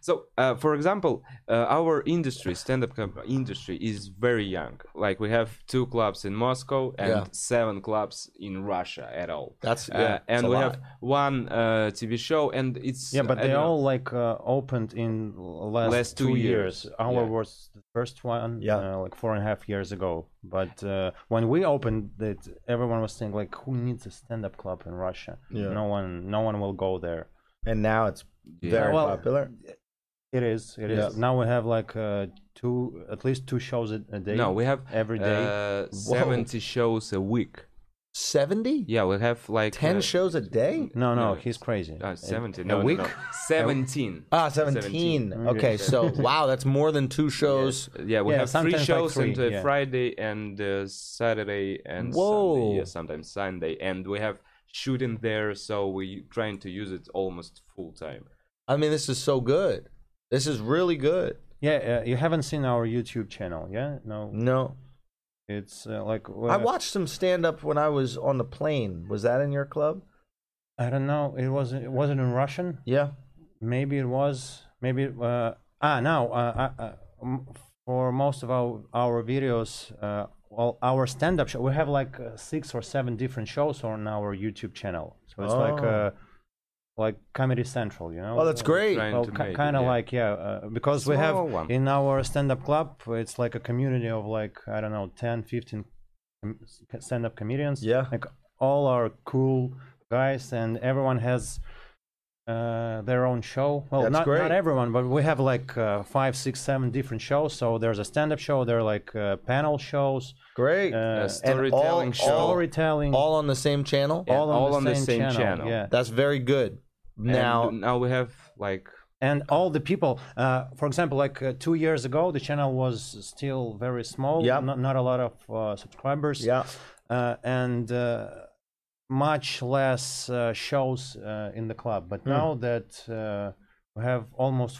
so, uh, for example, uh, our industry, stand-up com- industry, is very young. Like we have two clubs in Moscow and
Yeah.
seven clubs in Russia at all.
That's-
Uh,
yeah, it's
and
a
we
lot.
have one uh, TV show, and it's
yeah, but
I
they
don't know.
all like uh, opened in l- last,
Last two years.
Our
Yeah.
was the first one,
Yeah.
uh, like four and a half years ago. But uh, when we opened it, everyone was saying like, "Who needs a stand-up club in Russia?
Yeah.
No one, no one will go there."
and now it's very
Well,
popular.
It is, it is.
Yeah.
Now we have like uh, two, at least two shows a, a day.
No, we have
every day.
uh, seventy shows a week.
Seventy.
Yeah, we have like
Ten
uh,
shows a day.
no, no,
no,
he's crazy.
Uh, seventy.
A-
No,
a
no,
week.
no. Seventeen.
Ah, 17. Okay, so wow, that's more than two shows.
Yeah, we
Yeah,
have three
sometimes like
shows
three,
and uh,
yeah.
Friday and uh, Saturday and
Whoa.
Sunday, yeah, sometimes Sunday, and we have shooting there, so we trying to use it almost full time.
I mean, this is so good. This is really good.
Yeah, uh, you haven't seen our YouTube channel, yeah? No,
No,
it's uh, like
I
uh,
watched some stand up when I was on the plane. Was that in your club?
I don't know. It was it wasn't in Russian.
Yeah.
Maybe it was. Maybe uh, Ah, now uh, uh, uh, m- for most of our our videos, uh, all our stand up show, we have like uh, six or seven different shows on our YouTube channel. So it's like uh, like Comedy Central, you know.
Oh, that's
Uh,
great.
Right.
Well,
to
ki
make it,
kind of
yeah.
like yeah, uh, because we have
Small one.
in our stand-up club, it's like a community of like I don't know, 10, 15 com- stand-up comedians.
Yeah.
like all are cool guys, and everyone has uh, their own show. Well,
That's
not
great.
not everyone, but we have like uh, five, six, seven different shows. So there's a stand-up show, there are like uh, panel shows,
Great.
uh,
A storytelling
all-
show.
all-
storytelling,
all on the same channel.
Yeah.
all on,
all
the,
on the
same
same
channel.
channel.
Yeah.
That's very good.
And
Now,
now we have like
and all the people uh, for example like uh, two years ago the channel was still very small
Yeah.
not, not a lot of uh, subscribers
yeah,
uh, and uh, much less uh, shows uh, in the club
Hmm.
but now that uh, we have almost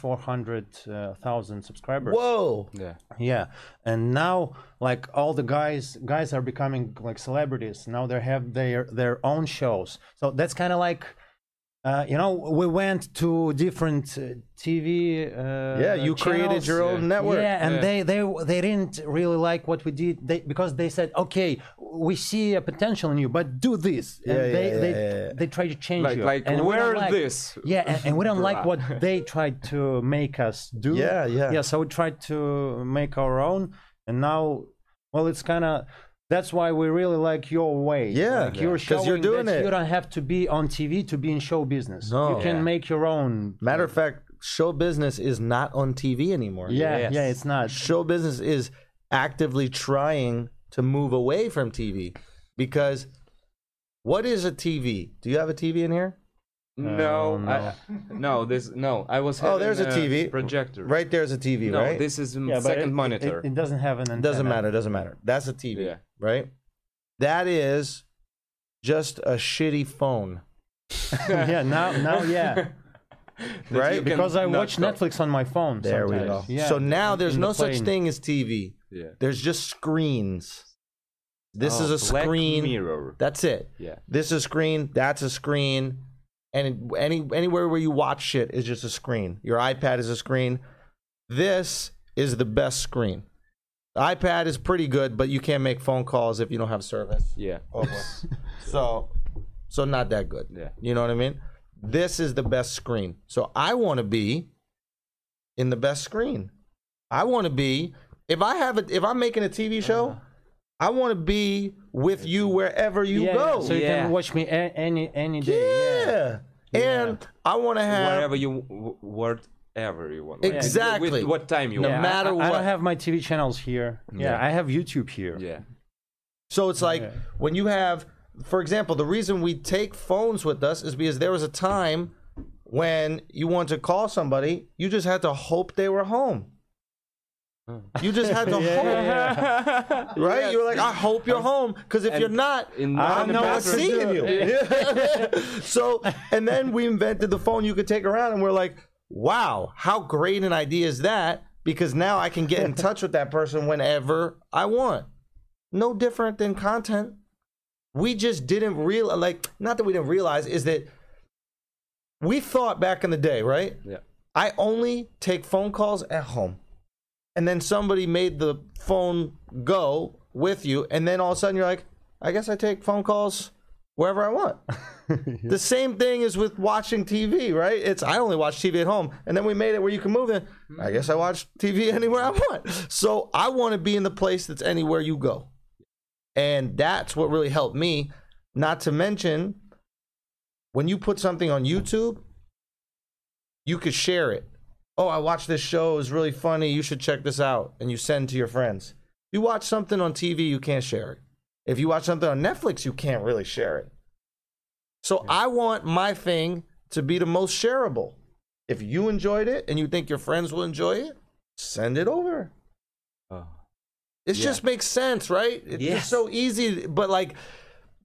400000 subscribers
whoa,
yeah.
yeah and now like all the guys guys are becoming like celebrities now they have their their own shows so that's kind of like uh, you know we went to different uh, tv uh,
yeah, you created your
channels.
own network.
yeah and
Yeah.
they they they didn't really like what we did they, because they said okay we see a potential in you but do this and
Yeah,
they
yeah,
they,
yeah, yeah.
they try to change
Like-
you
like,
and we don't
"Wear
like-
this,
yeah and, and we don't like
bruh."
what they tried to make us do
Yeah, yeah.
yeah so we tried to make our own and now well it's kind of that's why we really like your way
Yeah,
Like, you're
'cause you're
showing
doing
that
it.
you don't have to be on tv to be in show business
No.
you can
Yeah.
make your own
Matter of fact, show business is not on TV anymore.
yeah
Yes.
yeah it's not
show business is actively trying to move away from TV because what is a TV? Do you have a TV in here?
No, I, no, this no. I was
Oh, there's
having uh,
a TV.
projector.
Right there's a TV,
No,
right?
this is a
Yeah, but
second
it-
monitor.
It, it doesn't have an.
It doesn't
antenna.
matter, doesn't matter. That's a TV,
Yeah.
right? That is just a shitty phone.
yeah, now, now, yeah,
That
right?
you can
because I
not
watch
stop.
Netflix on my phone.
There we go.
sometimes. Yeah.
so now there's
in
no
the
such
plane.
thing as TV.
Yeah.
There's just screens. This
Oh,
is a
Black
screen.
Mirror.
That's it.
Yeah.
This is a screen. That's a screen. And any anywhere where you watch shit is just a screen. Your iPad is a screen. This is the best screen. The iPad is pretty good, but you can't make phone calls if you don't have service. Oh,
Yeah.
So, so not that good.
Yeah.
You know what I mean? This is the best screen. So I want to be in the best screen. I want to be if I have a if I'm making a TV show, I want to be with you wherever you
yeah,
go.
yeah, So you
Yeah.
can watch me a- any any day.
Yeah.
Yeah.
And I want to have
Wherever you w- whatever you want.
Exactly.
With what time you
No
Yeah,
want.
I-
matter
I, I
what.
don't have my TV channels here. Yeah,
Yeah.
I have YouTube here.
Yeah.
So it's like when you have, for example, the reason we take phones with us is because there was a time when you wanted to call somebody, you just had to hope they were home. You just had to hope, right? you were like, I hope you're home, because if you're not,
in-
I don't
in the
know what's
bathroom.
seeing you. so, and then we invented the phone you could take around, and we're like, wow, how great an idea is that? Because now I can get in touch with that person whenever I want. No different than content. We just didn't real like, not that we didn't realize, is that we thought back in the day, right?
Yeah.
I only take phone calls at home. And then somebody made the phone go with you. And then all of a sudden you're like, I guess I take phone calls wherever I want. The same thing is with watching TV, right? It's I only watch TV at home. And then we made it where you can move in. I guess I watch TV anywhere I want. So I want to be in the place that's anywhere you go. And that's what really helped me. Not to mention, when you put something on YouTube, you could share it. Oh, I watched this show. It was really funny. You should check this out. And you send to your friends. You watch something on TV, you can't share it. If you watch something on Netflix, you can't really share it. So I want my thing to be the most shareable. If you enjoyed it and you think your friends will enjoy it, send it over.
Oh.
It
Yeah.
just makes sense, right? It's
Yes.
just so easy. But like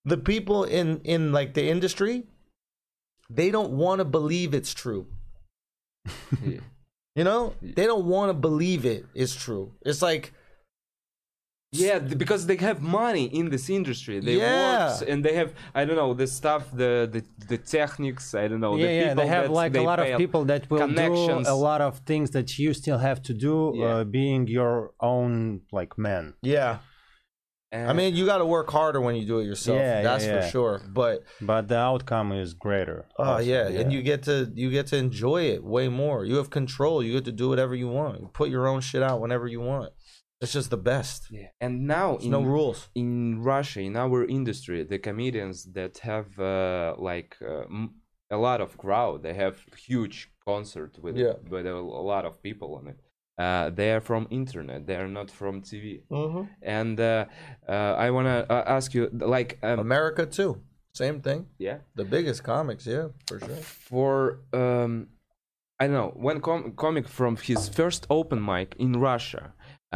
the people in in like the industry, they don't want to believe it's true.
Yeah.
You know, they don't want to believe it is true. It's like
Yeah, th- because they have money in this industry. They
Yeah.
works and they have I don't know the stuff, the the, the techniques. I don't know. Oh,
yeah,
the
yeah,
people
they have
that
like
they
a lot
pay.
of people that will do
connections.
a lot of things that you still have to do,
Yeah.
uh, being your own like man.
Yeah.
And-
I mean, you got to work harder when you do it yourself.
Yeah, yeah,
that's for
yeah.
sure. But
But the outcome is greater.
oh
also,
yeah, and you get to you get to enjoy it way more. You have control. You get to do whatever you want. You put your own shit out whenever you want. It's just the best.
Yeah. And now
There's no
in-
rules.
in Russia, in our industry, the comedians that have uh, like uh, m- a lot of crowd, they have huge concert with
Yeah.
with a, a lot of people on it. Uh, they are from internet. They are not from TV. And uh, uh, I wanna uh, ask you, like, um,
America too. Same thing.
yeah,
The biggest comics, yeah, for sure.
for um, I don't know one com- comic from his first open mic in Russia,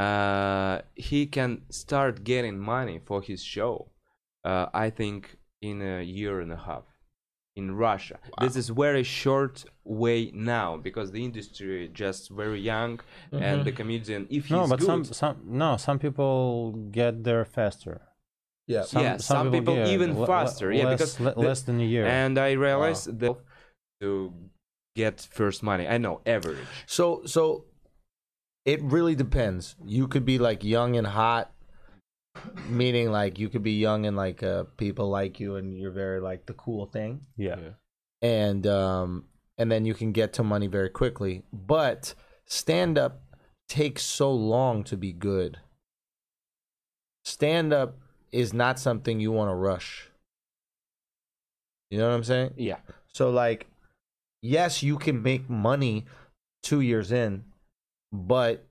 uh, he can start getting money for his show. Uh, I think in a year and a half in Russia. This is very short way now because the industry just very young and the comedian if he's
Mm-hmm. No, but
good,
some some no, some people get there faster.
Yeah.
Some,
Yeah, some people
get
even
le- le-
faster, yeah,
less,
because
le-
the-
less than a year.
and I realized that to get first money. I know average.
So so it really depends. You could be like young and hot, meaning like you could be young and like uh, people like you, and you're very like the cool thing,
yeah.
and um, and then you can get to money very quickly. But stand up takes so long to be good. Stand up is not something you want to rush. You know what I'm saying?
Yeah.
So like, yes, you can make money two years in, but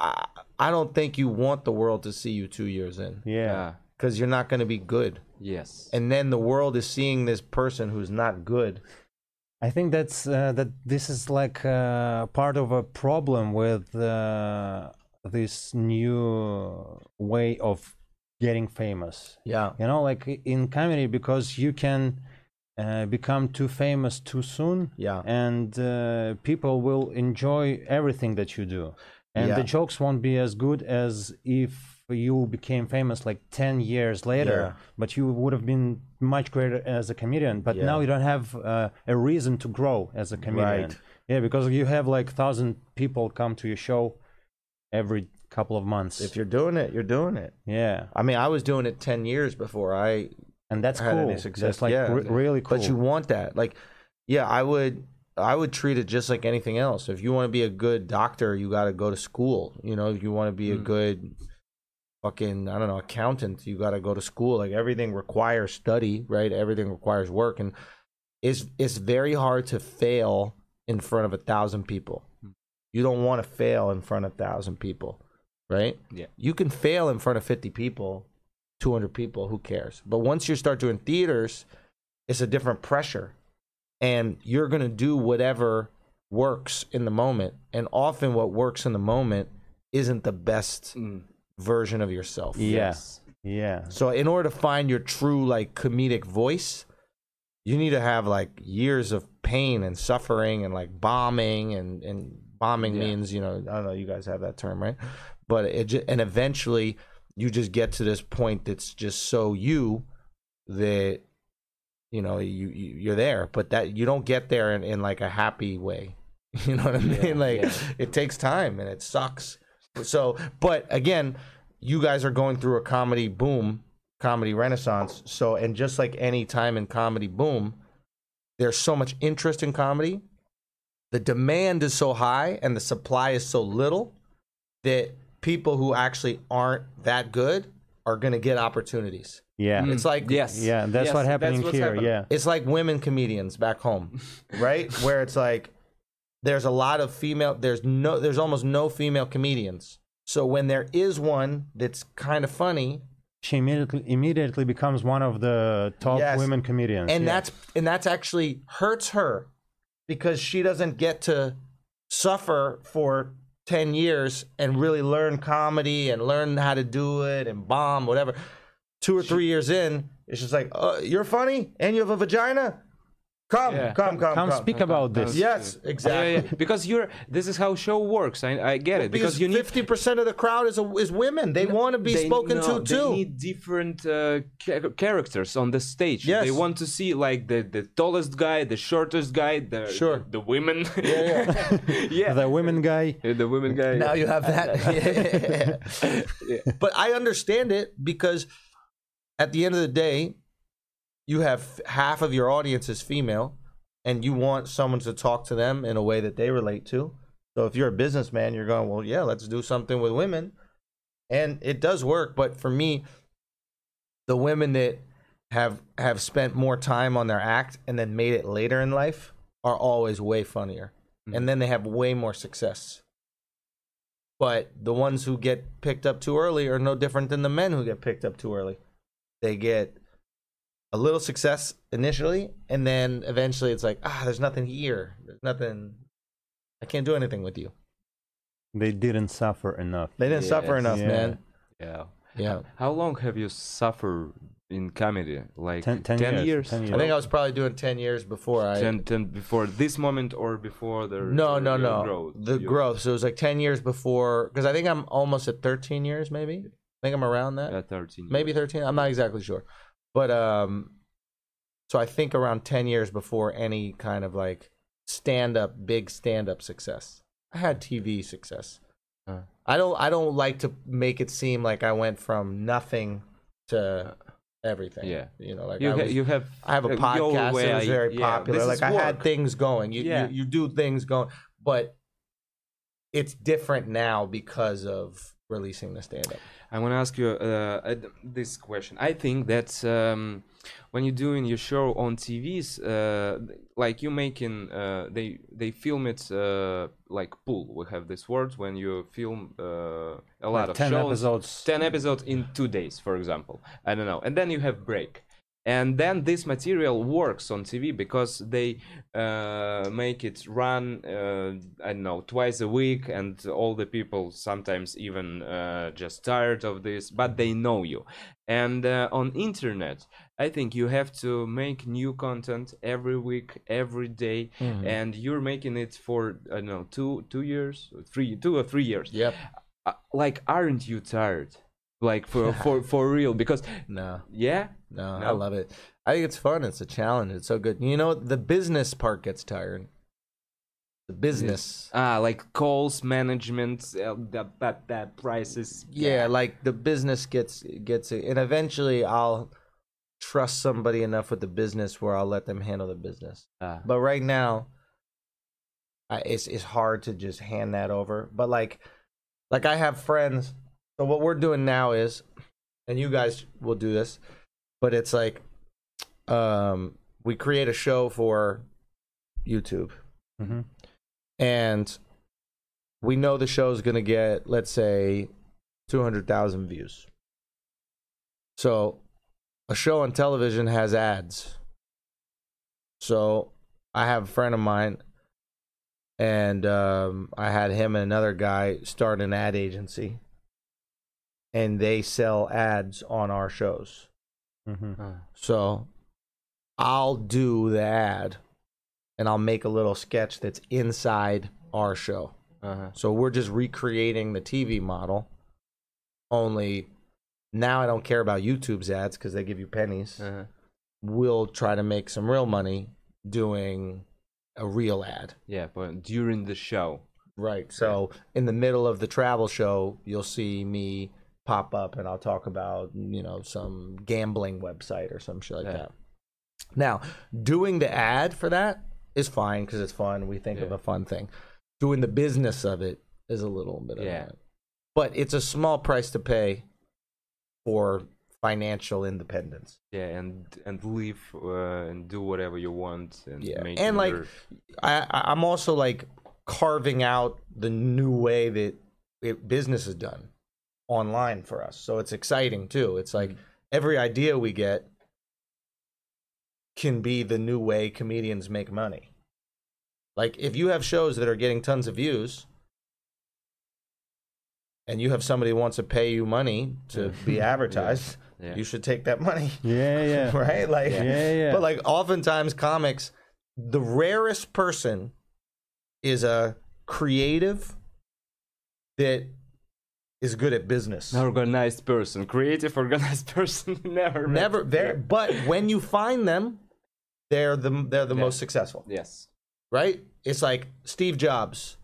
I I don't think you want the world to see you two years in
yeah,
Uh,
because you're not going to be good.
yes.
And then the world is seeing this person who's not good.
I think that's uh, that. This is like uh, part of a problem with uh, this new way of getting famous.
Yeah,
you know like i- in comedy because you can uh, become too famous too soon
Yeah.
and uh, people will enjoy everything that you do and the
Yeah.
jokes won't be as good as if you became famous like 10 years later
Yeah.
but you would have been much greater as a comedian but
Yeah.
now you don't have uh, a reason to grow as a comedian
Right.
yeah because you have like 1000 people come to your show every couple of months
if you're doing it, you're doing it.
yeah
I mean, I was doing it ten years before I
and that's
had
cool
any success.
that's like
yeah,
re- really cool
But you want that, like, yeah, I would, I would treat it just like anything else. If you want to be a good doctor, you got to go to school. You know, if you want to
Hmm.
be a good fucking, I don't know, accountant, you got to go to school. Like everything requires study, right? Everything requires work, and it's it's very hard to fail in front of a thousand people.
Hmm.
You don't want to fail in front of a thousand people, right?
Yeah.
You can fail in front of fifty people, two hundred people. Who cares? But once you start doing theaters, it's a different pressure and you're going to do whatever works in the moment and often what works in the moment isn't the best
Mm.
version of yourself
Yeah.
Yes.
Yeah.
so in order to find your true like comedic voice you need to have like years of pain and suffering and like bombing and and bombing
Yeah.
means you know i don't know you guys have that term right but it ju- and eventually you just get to this point that's just so you that you know you, you you're there but that you don't get there in, in like a happy way you know what i mean like
yeah.
it takes time and it sucks so but again you guys are going through a comedy boom comedy renaissance so and just like any time in comedy boom there's so much interest in comedy the demand is so high and the supply is so little that people who actually aren't that good are going to get opportunities
Yeah.
it's like
Mm. Yes.
Yeah, that's
Yes,
what happening
what's
here.
happening.
Yeah.
it's like women comedians back home, right? Where it's like there's a lot of female there's no there's almost no female comedians. So when there is one that's kind of funny,
She immediately immediately becomes one of the top
Yes.
women comedians.
and
yeah.
that's and that's actually hurts her because she doesn't get to suffer for 10 years and really learn comedy and learn how to do it and bomb whatever two or three years in it's just like uh, you're funny and you have a vagina Come,
Yeah.
come, come,
Come speak about this.
Yes,
Yeah,
exactly.
yeah, because you're. This is how show works. I, I get it. Because you need
fifty percent of the crowd is a, is women. They want to be
they-
spoken
no,
to
They
too.
need different uh, cha- characters on the stage.
Yes.
They want to see like the, the tallest guy, the shortest guy, the
Sure.
the women. Yeah, yeah.
The women guy.
The, women guy.
now you have that. But I understand it because at the end of the day, you have half of your audience is female, and you want someone to talk to them in a way that they relate to. So if you're a businessman, you're going, well, yeah, let's do something with women, and it does work. But for me, the women that have have spent more time on their act and then made it later in life are always way funnier, and then they have way more success. But the ones who get picked up too early are no different than the men who get picked up too early. They get a little success initially, and then eventually it's like, ah, there's nothing here. There's nothing. I can't do anything with you.
They didn't suffer enough.
They didn't suffer
Yes.
enough,
Yeah.
man.
Yeah.
Yeah.
How long have you suffered in comedy? Like
Ten- ten years, ten
I think I was probably doing 10 years before I.
10, 10 before this moment or before the
no, no,
your
no.
growth?
the
You-
growth. So it was like 10 years before, because I think I'm almost at 13 years, maybe. I think I'm around that.
at 13
uh, maybe 13 i'm not exactly sure but um so i think around 10 years before any kind of like stand up big stand up success i had tv success
Uh.
i don't i don't like to make it seem like i went from nothing to everything
Yeah.
you know like
you,
I,
ha-
was-
you have
I have a
uh, your
podcast
way,
that was very
yeah,
popular
this
like
is
i had
work.
things going you,
Yeah.
you you do things going but it's different now because of releasing the stand up
I want to ask you uh, uh, th- this question. I think that um, when you're doing your show on TVs, uh, th- like you making, uh, they they film it uh, like pool. We have this word when you film uh, a lot of
ten
shows,
episodes.
ten episodes in two days, for example. I don't know, and then you have break. And then this material works on TV because they uh, make it run, uh, I don't know, twice a week, and all the people sometimes even uh, just tired of this, but they know you. And uh, on internet, I think you have to make new content every week, every day, and you're making it for I don't know two two years, three two or three years.
Yep.
Uh, like, aren't you tired? Like for for for real? Because
no
yeah,
No, I
No?
love it. I think it's fun. It's a challenge. It's so good. You know, the business part gets tired. The business.
ah, like calls management, uh, the, that that prices.
Yeah, like the business gets gets and eventually I'll trust somebody enough with the business where I'll let them handle the business.
Ah.
But right now I it's it's hard to just hand that over. But like like I have friends so what we're doing now is and you guys will do this, but it's like um we create a show for YouTube.
Mm-hmm.
Mhm.
And we know the show's going to get, let's say, 200,000 views. So a show on television has ads. So I have a friend of mine, and um, I had him and another guy start an ad agency, and they sell ads on our shows.
Mm-hmm.
Mhm.
So I'll do the ad and I'll make a little sketch that's inside our show.
Uh-huh.
So we're just recreating the TV model. Only now I don't care about YouTube's ads because they give you pennies.
Uh-huh.
We'll try to make some real money doing a real ad.
Yeah, but during the show.
Right. So in the middle of the travel show, you'll see me pop up and I'll talk about, you know, some gambling website or some shit like
Yeah.
that. Now, doing the ad for that is fine because it's fun. We think of
Yeah.
a fun thing. Doing the business of it is a little bit of
Yeah.
that. But it's a small price to pay for financial independence.
Yeah, and and live uh, and do whatever you want and
Yeah.
make
And like
your-
I, I- I'm also like carving out the new way that it, business is done online for us. So it's exciting too. It's
Mm-hmm.
like every idea we get can be the new way comedians make money. Like if you have shows that are getting tons of views and you have somebody who wants to pay you money to be advertised,
Yeah.
you should take that money
Yeah, yeah.
right? Like,
Yeah, yeah.
but like oftentimes comics the rarest person is a creative that is good at business.
Organized person, creative, organized person, never. met.
Never there, but when you find them, they're the they're the most successful.
Yes.
right? It's like Steve Jobs.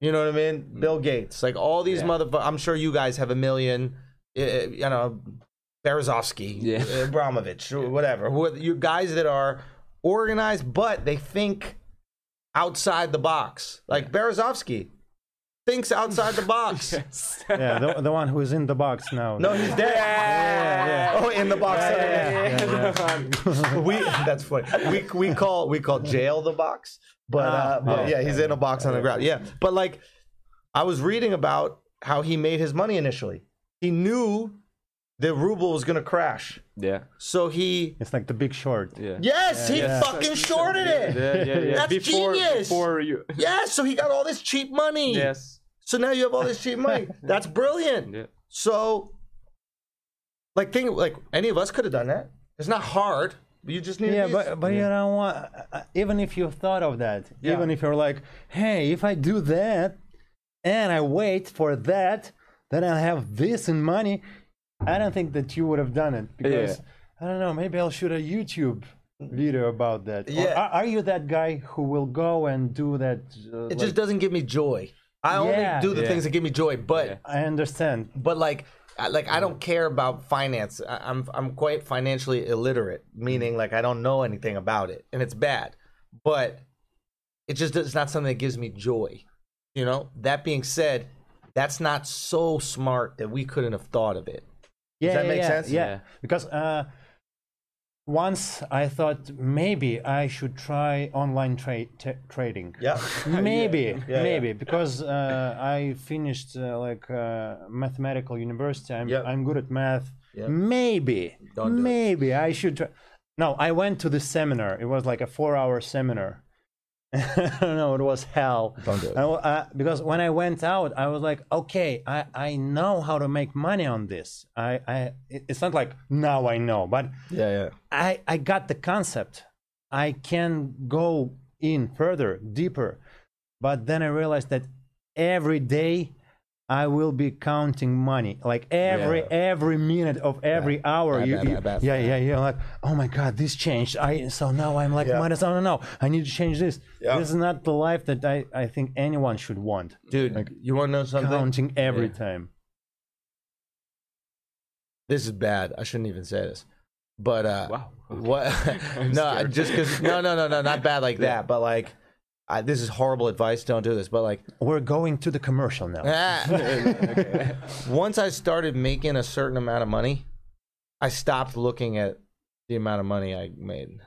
You know what I mean? Bill Gates. Like all these
Mm. Yeah.
motherfuckers. I'm sure you guys have a million. uh, uh, You know, Berezovsky,
Yeah.
uh, Abramovich, or whatever. Who are you guys that are organized, but they think outside the box. Like Berezovsky thinks outside the box.
Yeah, the, the one who is in the box now.
No, he's dead. Oh, in the box. we that's funny. We we call we call jail the box, but uh, but yeah, he's in a box on the ground. Yeah, but like I was reading about how he made his money initially. He knew the ruble was gonna crash,
Yeah.
so he
it's like the Big Short.
Yeah.
yes he
Yeah.
fucking shorted it.
Yeah, yeah, yeah.
That's
before,
genius.
Before you.
Yeah, so he got all this cheap money.
Yes.
So now you have all this cheap money. That's brilliant.
Yeah.
So, like, think like any of us could have done that. It's not hard. You just need.
Yeah,
to be-
but but you know what? uh, Even if you've thought of that, even if you're like, hey, if I do that, and I wait for that, then I'll have this in money. I don't think that you would have done it because I don't know. Maybe I'll shoot a YouTube video about that. Or
Yeah.
are, are you that guy who will go and do that? Uh,
it
like-
just doesn't give me joy. I
Yeah.
only do the
Yeah.
things that give me joy. But
I understand.
but like I- like I don't care about finance. I, I'm I'm quite financially illiterate, meaning like I don't know anything about it, and it's bad. But it just it's not something that gives me joy. You know. That being said, that's not so smart that we couldn't have thought of it.
Yeah,
that
yeah,
make
yeah,
sense?
Yeah,
Yeah.
because uh, once I thought maybe I should try online tra- t- trading.
Yeah.
maybe
yeah.
maybe because uh, i finished uh, like uh, mathematical university i'm,
Yep.
I'm good at math
Yep.
maybe
Don't do it.
maybe i should try no i went to the seminar it was like a four hour seminar I don't know. It was hell.
Don't do it.
I wa- uh, because when I went out, I was like, okay, I, I know how to make money on this. I, I it- it's not like now I know, but
Yeah. Yeah.
I, I got the concept. I can go in further, deeper. But then I realized that every day I will be counting money. Like every every minute of every hour.
I
you,
bet,
you-
I bet.
Yeah, yeah, yeah. Like, oh my god, this changed. I so now I'm like
Yeah.
minus. Oh no, no, I need to change this.
Yeah.
This is not the life that I, I think anyone should want.
Dude, you want to know something?
Counting every
Yeah.
time.
This is bad. I shouldn't even say this. But uh
Wow.
What? no, I-
scared.
just cuz no, no, no, no, not bad like that, but like I, this is horrible advice. Don't do this. But like
We're going to the commercial now.
ah. once I started making a certain amount of money, I stopped looking at the amount of money I made.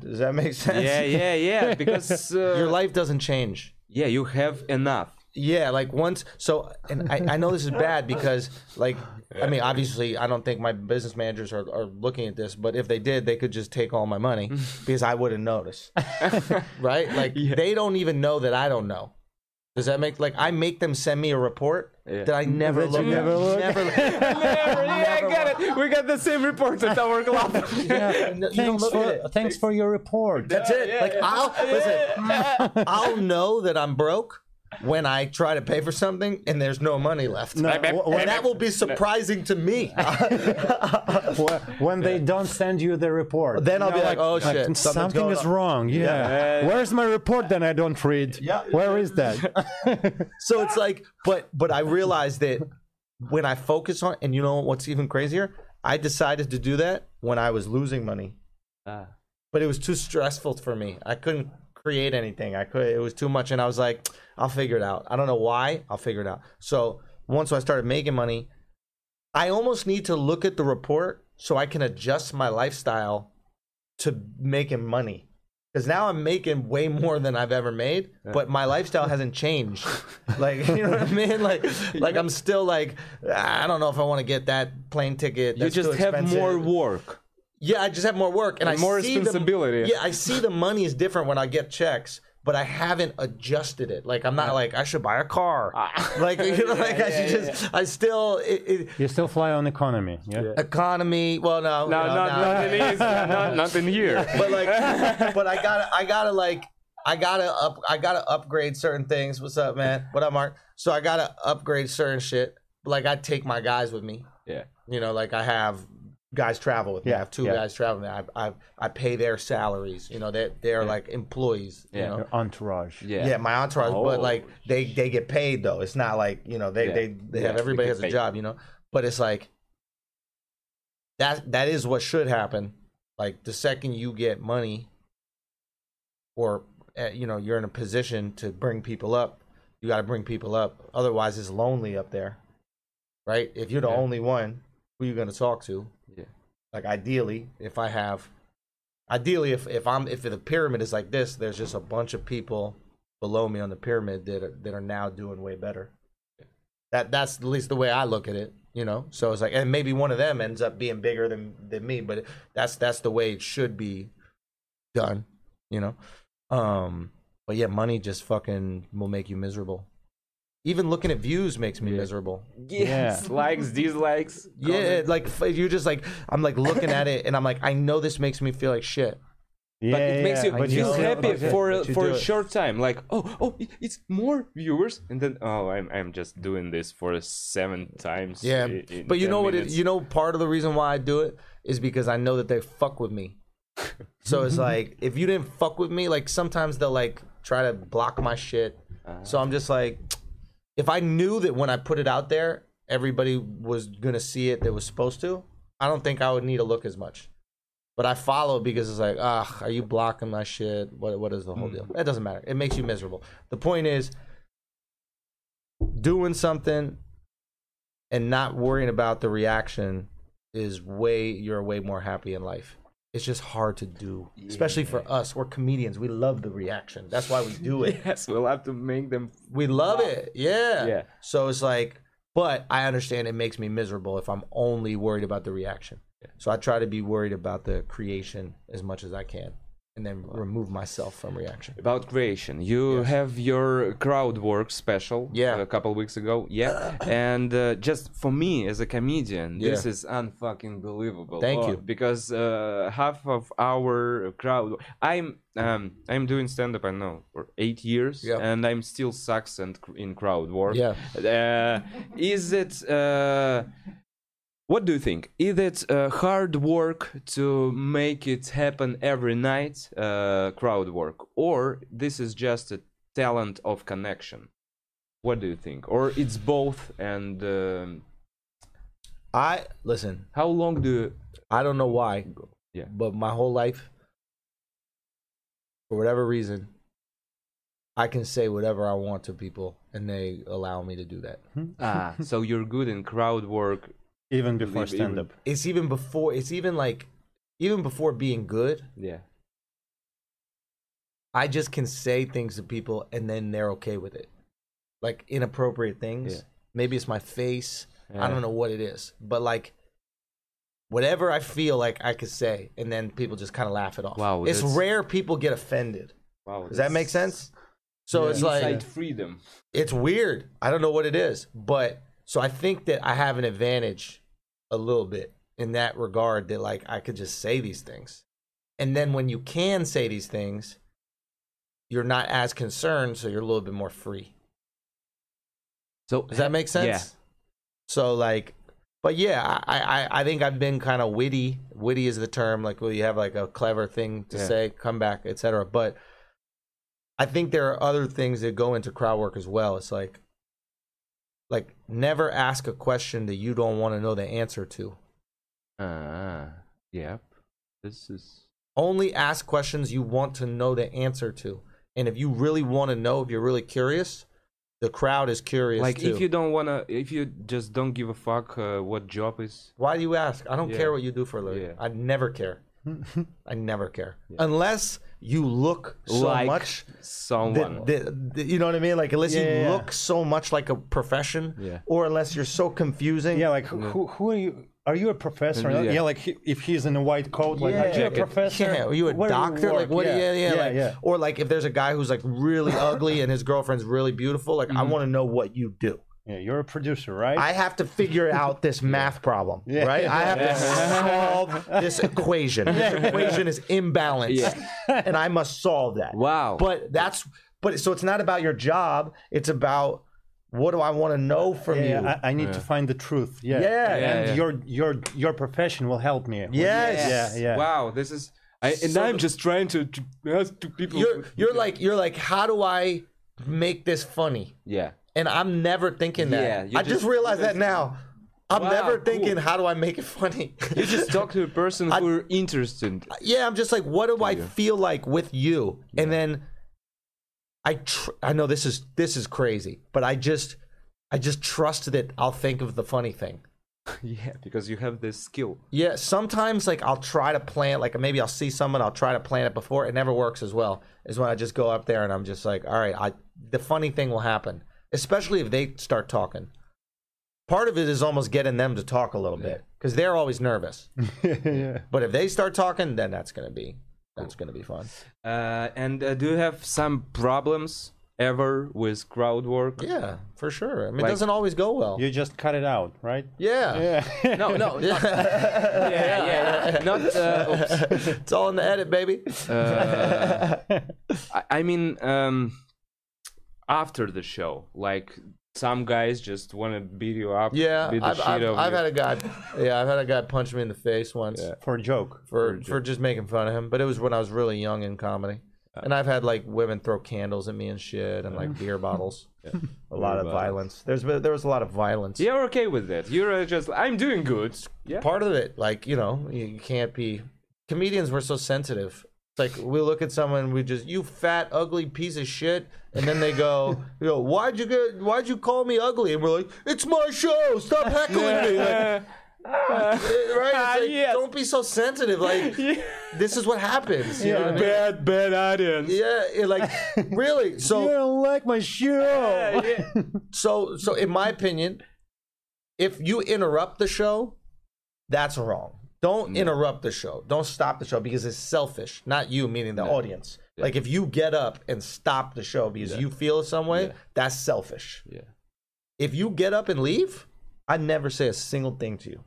Does that make sense?
Yeah, yeah, yeah. Because uh,
Your life doesn't change.
yeah, you have enough.
Yeah, like once. So, and I, I know this is bad because, like, I mean, obviously, I don't think my business managers are, are looking at this, but if they did, they could just take all my money because I wouldn't notice. right? Like, they don't even know that I don't know. Does that make, like, I make them send me a report
Yeah.
that I never
That
look
you never
at.
look.
Never look.
yeah, I got it. We got the same report at our club.
You don't
Thanks
look at
for
it.
thanks for your report.
That's it. like I'll listen. I'll know that I'm broke when I try to pay for something and there's no money left.
wh-
and that will be surprising to me.
Wh- when they don't send you the report.
Then I'll
You
be
know,
like, "Oh, shit, something's
something
going
is
on."
wrong. Yeah. Where's my report that I don't read?
Yeah.
Where is that?
so it's like, but but I realized that when I focus on, and you know what's even crazier, I decided to do that when I was losing money, but it was too stressful for me. I couldn't create anything. I could. It was too much, and I was like, I'll figure it out. I don't know why. I'll figure it out. So once I started making money, I almost need to look at the report so I can adjust my lifestyle to making money. Because now I'm making way more than I've ever made, but my lifestyle hasn't changed. Like you know what I mean? Like, like I'm still like "Ah, I don't know if I want to get that plane ticket.
you
That's
just
too
have
expensive."
more work.
Yeah, I just have more work and,
And
I
more
see the-
responsibility.
yeah, I see the money is different when I get checks but I haven't adjusted it. Like I'm not like I should buy a car.
Ah.
like you know, like I should just I still it, it,
You still fly on economy, yeah?
economy. Well, no,
No,
you know,
not,
now-
not, in his- not, not in here.
but like but I gotta I gotta like I gotta up I gotta upgrade certain things. What's up, man? What up, Mark? So I gotta upgrade certain shit. Like I take my guys with me.
Yeah.
You know, like I have guys travel with me. I have two
yeah.
guys traveling. I I I pay their salaries. You know, they they're like employees.
Yeah.
You know?
Your entourage.
Yeah. my entourage, but
Oh.
like they they get paid though. It's not like you know they
Yeah.
they, they
Yeah,
have
they
everybody
get
has a
paid.
job, you know. But it's like that that is what should happen. Like the second you get money, or uh, you know you're in a position to bring people up, you got to bring people up. Otherwise, it's lonely up there, right? If you're the only one, who you gonna talk to?
Yeah.
Like ideally, if I have ideally if, if i'm if the pyramid is like this there's just a bunch of people below me on the pyramid that are, that are now doing way better that that's at least the way i look at it you know so it's like and maybe one of them ends up being bigger than than me but that's that's the way it should be done you know um but yeah money just fucking will make you miserable even looking at views makes me miserable
Yes. Likes, dislikes.
yeah like f- you're just like i'm like looking at it and i'm like i know this makes me feel like shit
but it makes you
I
feel
know.
happy
Okay,
for a,
but you
for
do
a
it.
short time. Like, oh, oh, it- it's more viewers, and then oh, I'm I'm just doing this for seven times.
Yeah,
i- in
but you
10
know what? It,
minutes.
you know, part of the reason why I do it is because I know that they fuck with me. so it's like if you didn't fuck with me, like sometimes they'll like try to block my shit. so I'm just like, if I knew that when I put it out there, everybody was gonna see it that was supposed to, I don't think I would need to look as much. But I follow because it's like, ah, are you blocking my shit? What what is the whole deal? It doesn't matter. It makes you miserable. The point is doing something and not worrying about the reaction is way you're way more happy in life. It's just hard to do, especially for us. We're comedians. We love the reaction. That's why we do it.
yes, we'll have to make them.
We love it. Yeah.
Yeah.
So it's like, but I understand it makes me miserable if I'm only worried about the reaction. So I try to be worried about the creation as much as I can, and then remove myself from reaction.
About creation, you have your crowd work special
Yeah.
a couple weeks ago, yeah, and uh, just for me as a comedian, this
Yeah.
is unfucking believable. Oh,
Thank you.
because uh, half of our crowd, I'm um, I'm doing stand up I know for eight years,
Yeah.
and I'm still sucks and cr- in crowd work.
Yeah.
uh, is it? Uh, what do you think? Is it uh, hard work to make it happen every night, uh, crowd work, or this is just a talent of connection? What do you think? Or it's both? And um,
I listen.
how long do you?
I don't know why,
Yeah.
but my whole life, for whatever reason, I can say whatever I want to people, and they allow me to do that.
Ah, so you're good in crowd work.
Hmm? Even before
Even-
stand up.
It's even before. It's even like, even before being good.
Yeah.
I just can say things to people and then they're okay with it. Like inappropriate things.
Yeah.
Maybe it's my face. I
Yeah.
don't know what it is. But like whatever I feel like I could say and then people just kind of laugh it off.
Wow,
It's
that's-
rare people get offended.
Wow.
Does that make sense? So it's like
Inside freedom.
it's weird. I don't know what it is, but so I think that I have an advantage a little bit in that regard that like I could just say these things. And then when you can say these things, you're not as concerned, so you're a little bit more free.
So
Does that make sense?
Yeah.
So like but yeah, I, I, I think I've been kind of witty. Witty is the term, like well, you have like a clever thing to
Yeah.
say, come back, etc. But I think there are other things that go into crowd work as well. It's like like never ask a question that you don't want to know the answer to.
Ah, yep. This is.
Only ask questions you want to know the answer to. And if you really want to know, if you're really curious, the crowd is curious.
like
too.
if you don't wanna if you just don't give a fuck uh, what job is
Why do you ask? I don't
Yeah.
care what you do for a living.
Yeah.
I never care. I never care unless you look so
like
much.
someone
That, that- that- you know what I mean? Like unless
Yeah,
you
yeah.
look so much like a profession,
Yeah.
or unless you're so confusing.
Yeah, like who, who are you? are you a professor?
Yeah.
Yeah, like he, if he's in a white coat, like are you a
Jacket.
professor?
Yeah, are you a
Where do
doctor? like
work?
what? Yeah, yeah, yeah,
yeah.
like, Or like if there's a guy who's like really ugly and his girlfriend's really beautiful, like I want to know what you do.
Yeah, you're a producer, right?
I have to figure out this math problem, right? I have to solve this equation. This equation is imbalanced, and I must solve that.
Wow.
But that's but so it's not about your job. It's about what do I want to know from you?
yeah, I, I need to find the truth. Yeah,
Yeah.
and
Yeah,
yeah.
your your your profession will help me.
Yes.
yeah, yeah.
Wow, this is. I, and I'm just trying to, to ask to people.
You're you're like you're like how do I make this funny?
yeah.
and I'm never thinking that.
Yeah, you
I just,
just-
realized that now. I'm
Wow,
never thinking,
cool.
how do I make it funny?
You just talk to a person who are interested.
yeah, I'm just like, what do I feel like with you? And then I tr- I know this is this is crazy, but I just I just trust that I'll think of the funny thing.
Yeah, because you have this skill.
Yeah, sometimes like I'll try to plan like maybe I'll see someone, I'll try to plan it before. It never works as well as when I just go up there and I'm just like, all right, I the funny thing will happen, especially if they start talking. Part of it is almost getting them to talk a little bit because they're always nervous.
yeah.
But if they start talking, then that's gonna be that's gonna be fun.
Uh, and uh, do you have some problems ever with crowd work?
Yeah, for sure. I mean,
Like-
it doesn't always go well.
You just cut it out, right?
yeah.
Yeah.
No, no, yeah, yeah, yeah. not. Uh, oops.
it's all in the edit, baby.
Uh, I, I mean, um, after the show, like some guys just want to beat you up.
Yeah,
beat the
I've,
shit
I've,
out of
I've
you.
had a guy. Yeah, I've had a guy punch me in the face once.
For a joke.
for for just making fun of him. But it was when I was really young in comedy, and I've had like women throw candles at me and shit, and like beer bottles. A lot of
bottles.
violence. There's been- there was a lot of violence.
You're okay with that. You're uh, just. I'm doing good. Yeah.
Part of it, like you know, you you can't be. Comedians were so sensitive. It's like we look at someone, we just you fat ugly piece of shit, and then they go, you know, why'd you get, why'd you call me ugly? And we're like, it's my show, stop heckling me. Like,
Uh,
right? It's like,
Yes.
Don't be so sensitive. Like this is what happens. You know what I mean?
bad, bad audience.
Yeah, it, like really.
You
So
don't like my show.
Oh. so so in my opinion, if you interrupt the show, that's wrong. Don't interrupt the show. Don't stop the show because it's selfish. Not you, meaning the audience. Like if you get up and stop the show because you feel some way, that's selfish.
Yeah.
If you get up and leave, I never say a single thing to you.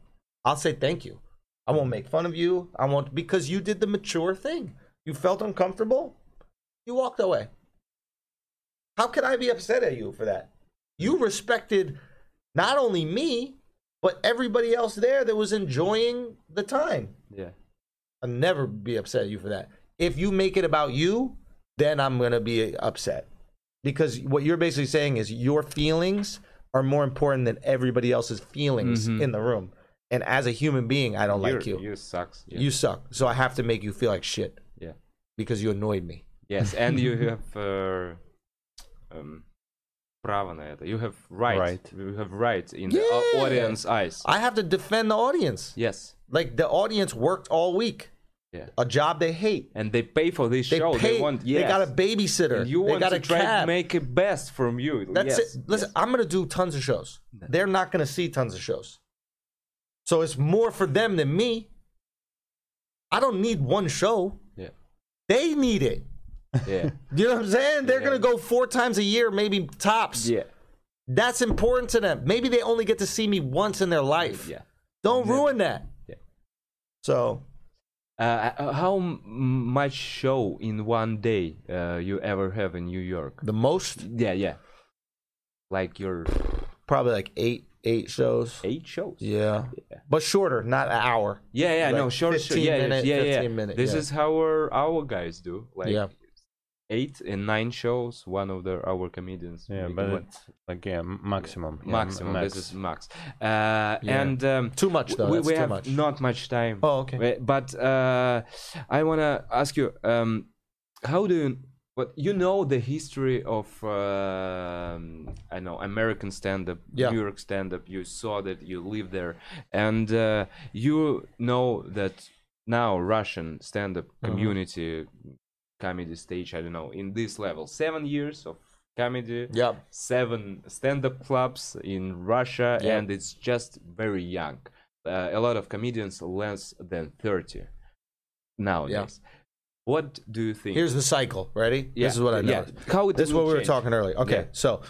I'll say thank you. I won't make fun of you. I won't because you did the mature thing. You felt uncomfortable. You walked away. How could I be upset at you for that? You respected not only me, but everybody else there that was enjoying the time.
Yeah.
I'll never be upset at you for that. If you make it about you, then I'm going to be upset. Because what you're basically saying is your feelings are more important than everybody else's feelings
Mm-hmm.
in the room. And as a human being, I don't like you.
You sucks. Yeah.
You suck. So I have to make you feel like shit
yeah.
because you annoyed me.
Yes, and you have uh, um, право на это. You have right.
Right.
You have right in the au-
Yeah.
audience eyes.
I have to defend the audience.
Yes.
Like the audience worked all week,
Yeah.
a job they hate.
And they pay for this
They
show.
pay.
They want.
They
Yes.
got a babysitter.
And you
they
want
got
to
a
try
cab.
to make it best from you.
That's
yes.
it. Listen, I'm going to do tons of shows. They're not going to see tons of shows. So it's more for them than me. I don't need one show.
Yeah.
They need it.
Yeah.
You know what I'm saying? They're
Yeah.
going to go four times a year, maybe tops.
yeah.
That's important to them. Maybe they only get to see me once in their life.
Yeah.
Don't ruin that.
Yeah.
So
Uh, uh, how m- much show in one day uh, you ever have in New York?
the most
Yeah, yeah. Like your
probably like eight eight shows.
eight shows.
Yeah. But shorter, not an hour.
Yeah, yeah, no,
Like
sure, sure.
15
Yeah, yeah,
minute,
yeah, yeah.
15 minute,
this
yeah.
is how our, our guys do. Like
Yeah.
eight and nine shows, one of the our comedians.
Yeah,
make
but
one.
it's like yeah, m- maximum. Yeah,
maximum.
max.
This is max. Uh, And um,
Too much, though,
We,
that's
we
too
have
much.
not much time.
Oh, okay.
We- But uh, I wanna ask you, um, how do you? But you know the history of um I know American stand-up,
Yeah.
New York stand-up. You saw that you live there, and uh, you know that now Russian stand-up
Uh-huh.
community, comedy stage. I don't know in this level, seven years of comedy
Yeah.
seven stand-up clubs in Russia,
Yeah.
and it's just very young. uh, a lot of comedians less than 30 nowadays. What do you think?
Here's the cycle. Ready?
Yeah,
This is what I know.
yeah. How it
this is
will
what we were
change.
talking earlier. Okay,
Yeah.
so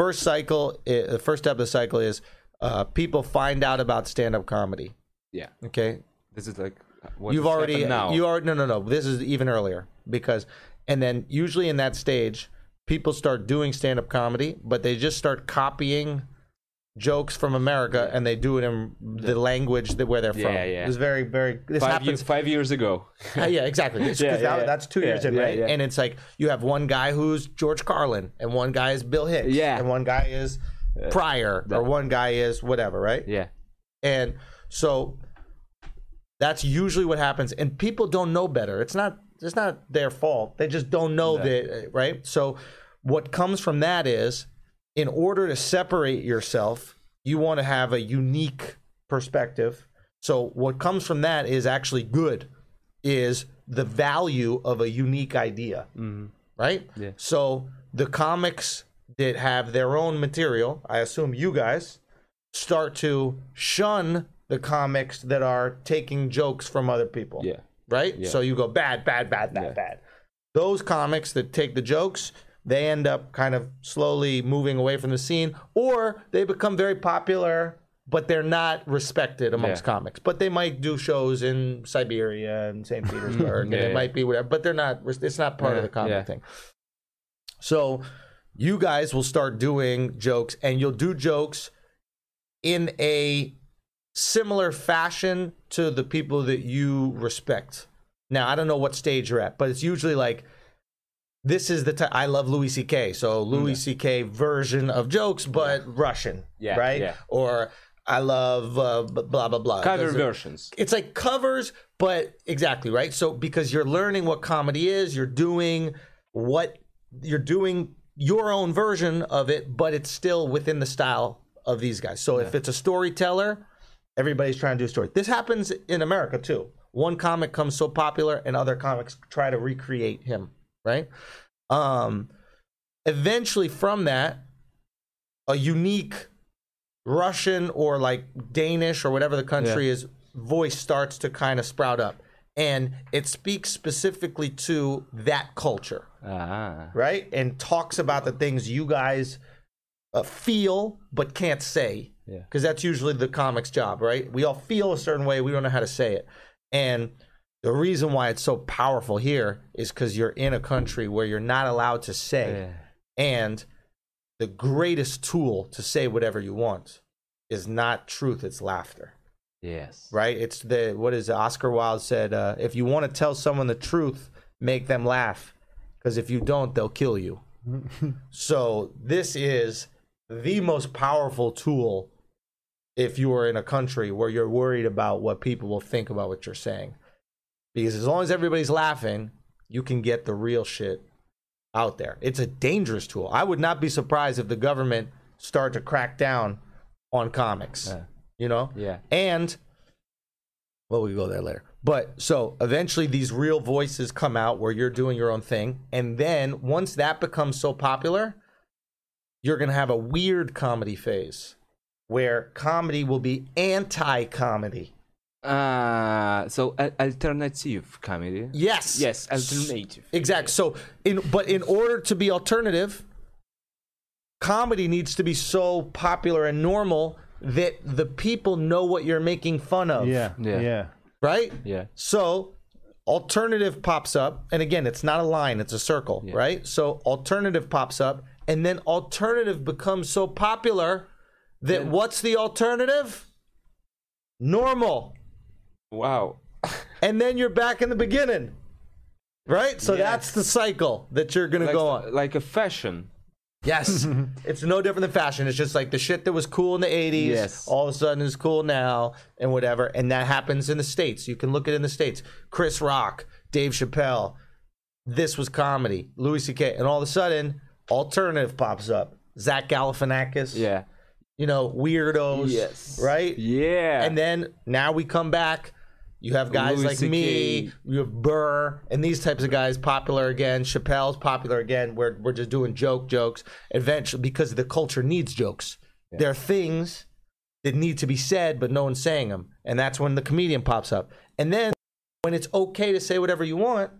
first cycle, i- the first step of the cycle is uh, people find out about stand-up comedy.
yeah,
Okay,
this is like uh, what
you've
has
already
happened now.
you already no no no. This is even earlier because, and then usually in that stage, people start doing stand-up comedy, but they just start copying jokes from America and they do it in the language that where they're from.
Yeah, yeah.
It's very very. This
five,
happens
years, five years ago.
Uh, yeah, exactly. It's- 'cause
Yeah, yeah,
that-
yeah.
That's two
Yeah,
years in,
yeah,
right?
yeah.
And it's like you have one guy who's George Carlin, and one guy is Bill Hicks,
Yeah.
and one guy is Pryor, or one guy is whatever, right?
yeah,
And so that's usually what happens. And people don't know better. It's not it's not their fault. They just don't know that, right? So what comes from that is, in order to separate yourself, you want to have a unique perspective. So what comes from that is actually good, is the value of a unique idea right?
Yeah.
So the comics that have their own material, I assume you guys start to shun the comics that are taking jokes from other people.
yeah.
Right? So you go bad, bad, bad, bad, bad. Those comics that take the jokes, they end up kind of slowly moving away from the scene or they become very popular but they're not respected amongst
Yeah.
comics. But they might do shows in Siberia and St. Petersburg, and
Mm-hmm. Yeah,
it
yeah.
might be whatever. But they're not. It's not part of
Yeah,
the comedy
yeah.
thing. So you guys will start doing jokes and you'll do jokes in a similar fashion to the people that you respect. Now, I don't know what stage you're at, but it's usually like this is the time I love Louis C.K. So Louis C.K. version of jokes, but Russian,
Mm. Yeah,
right?
yeah.
Or I love uh, b- blah blah blah.
Cover
Doesn't-
versions.
it's like covers, but exactly right. So because you're learning what comedy is, you're doing what you're doing your own version of it, but it's still within the style of these guys. So if it's a storyteller, everybody's trying to do a story. This happens in America too. One comic comes so popular, and other comics try to recreate him. Right. Um, eventually, from that, a unique Russian or like Danish or whatever the country is voice starts to kind of sprout up and it speaks specifically to that culture
Ah,
right and talks about the things you guys uh, feel but can't say
Yeah.
because that's usually the comic's job right we all feel a certain way we don't know how to say it and the reason why it's so powerful here is because you're in a country where you're not allowed to say
yeah.
and the greatest tool to say whatever you want is not truth, it's laughter.
yes,
Right? It's the what is it? Oscar Wilde said, uh, if you want to tell someone the truth, make them laugh. Because if you don't, they'll kill you. so this is the most powerful tool if you are in a country where you're worried about what people will think about what you're saying. Because as long as everybody's laughing, you can get the real shit out there. It's a dangerous tool. I would not be surprised if the government started to crack down on comics.
Uh,
You know?
Yeah.
And well, we go there later. But so eventually these real voices come out where you're doing your own thing. And then once that becomes so popular, you're going to have a weird comedy phase where comedy will be anti comedy.
Ah, so al- alternative comedy.
Yes.
Yes, alternative.
Exactly. So in but in order to be alternative, comedy needs to be so popular and normal that the people know what you're making fun of.
Yeah,
Yeah.
yeah, yeah.
Right?
Yeah.
So alternative pops up, and again, it's not a line, it's a circle, right? So alternative pops up, and then alternative becomes so popular that what's the alternative? Normal.
Wow.
And then you're back in the beginning. Right? So that's the cycle that you're going to
Like,
go on.
like a fashion.
Yes. it's no different than fashion. It's just like the shit that was cool in the 80s
Yes.
all of a sudden is cool now and whatever. And that happens in the States. You can look at it in the States. Chris Rock, Dave Chappelle, this was comedy, Louis C.K. And all of a sudden, alternative pops up. Zach Galifianakis,
Yeah.
you know, weirdos,
Yes.
right?
Yeah.
And then now we come back. You have guys
Louis
like
CK.
me, you have Burr, and these types of guys popular again. Chappelle's popular again. We're we're just doing joke jokes eventually because the culture needs jokes. There are things that need to be said, but no one's saying them. And that's when the comedian pops up. And then when it's okay to say whatever you want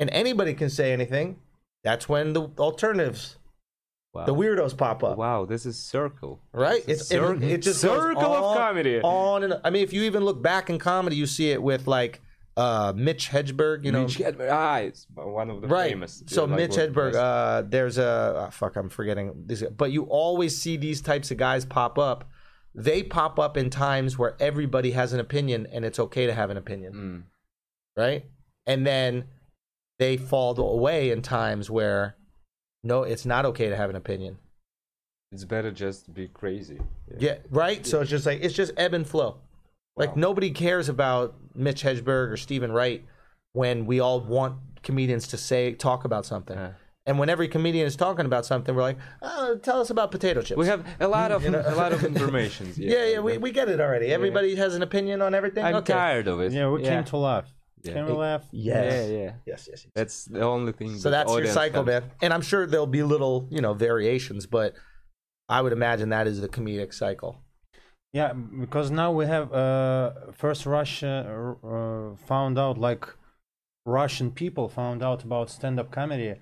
and anybody can say anything, that's when the alternatives,
Wow.
the weirdos pop up.
Wow, this is circle.
Right? It's,
It's a
it,
circle.
it just goes
Circle of
on-
comedy.
On and I mean, if you even look back in comedy, you see it with like uh, Mitch Hedberg. You know,
Mitch Hedberg. Ah, it's one of the
right?
famous.
so
like,
Mitch
one-
Hedberg, uh, there's a ah, fuck. I'm forgetting this, but you always see these types of guys pop up. They pop up in times where everybody has an opinion, and it's okay to have an opinion,
Mm.
right? And then they fall away in times where no, it's not okay to have an opinion.
It's better just be crazy.
Yeah, right. So it's just like it's just ebb and flow. Like nobody cares about Mitch Hedberg or Stephen Wright when we all want comedians to say talk about something.
Uh-huh.
And when every comedian is talking about something, we're like, "Oh, tell us about potato chips."
We have a lot of a lot of information. Yeah,
yeah, yeah, we, we get it already. Everybody has an opinion on everything.
I'm
okay.
tired of it.
Yeah, we came to laugh.
Yeah.
Can we laugh?
Yeah,
Yes.
yeah.
Yes, yes, yes.
That's the only thing.
So that's your cycle,
man.
man. And I'm sure there'll be little, you know, variations, but I would imagine that is the comedic cycle.
Yeah, because now we have uh, first Russia uh, uh, found out like Russian people found out about stand-up comedy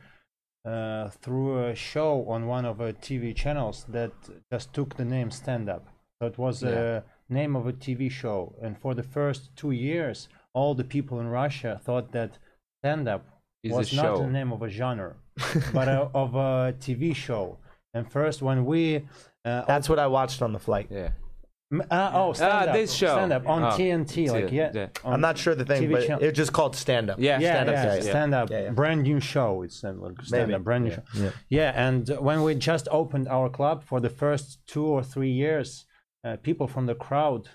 uh, through a show on one of the TV channels that just took the name stand-up. So it was a name of a TV show, and for the first two years, all the people in Russia thought that stand-up
Is a
was not
show.
the name of a genre, but uh, of a TV show. And first, when we uh,
That's what I watched on the flight.
Yeah.
M- Uh, oh, stand
Ah,
up.
this show.
Stand up on
Ah,
TNT. Like,
T-
yeah.
yeah.
on-
I'm not sure the thing,
TV
but
channel.
it's just called stand up.
Yeah.
yeah,
stand-up,
yeah,
yeah, yeah.
stand up,
Yeah, yeah.
brand new show. It's stand, like, stand up, brand new show. Yeah. and uh, when we just opened our club for the first two or three years, uh, people from the crowd,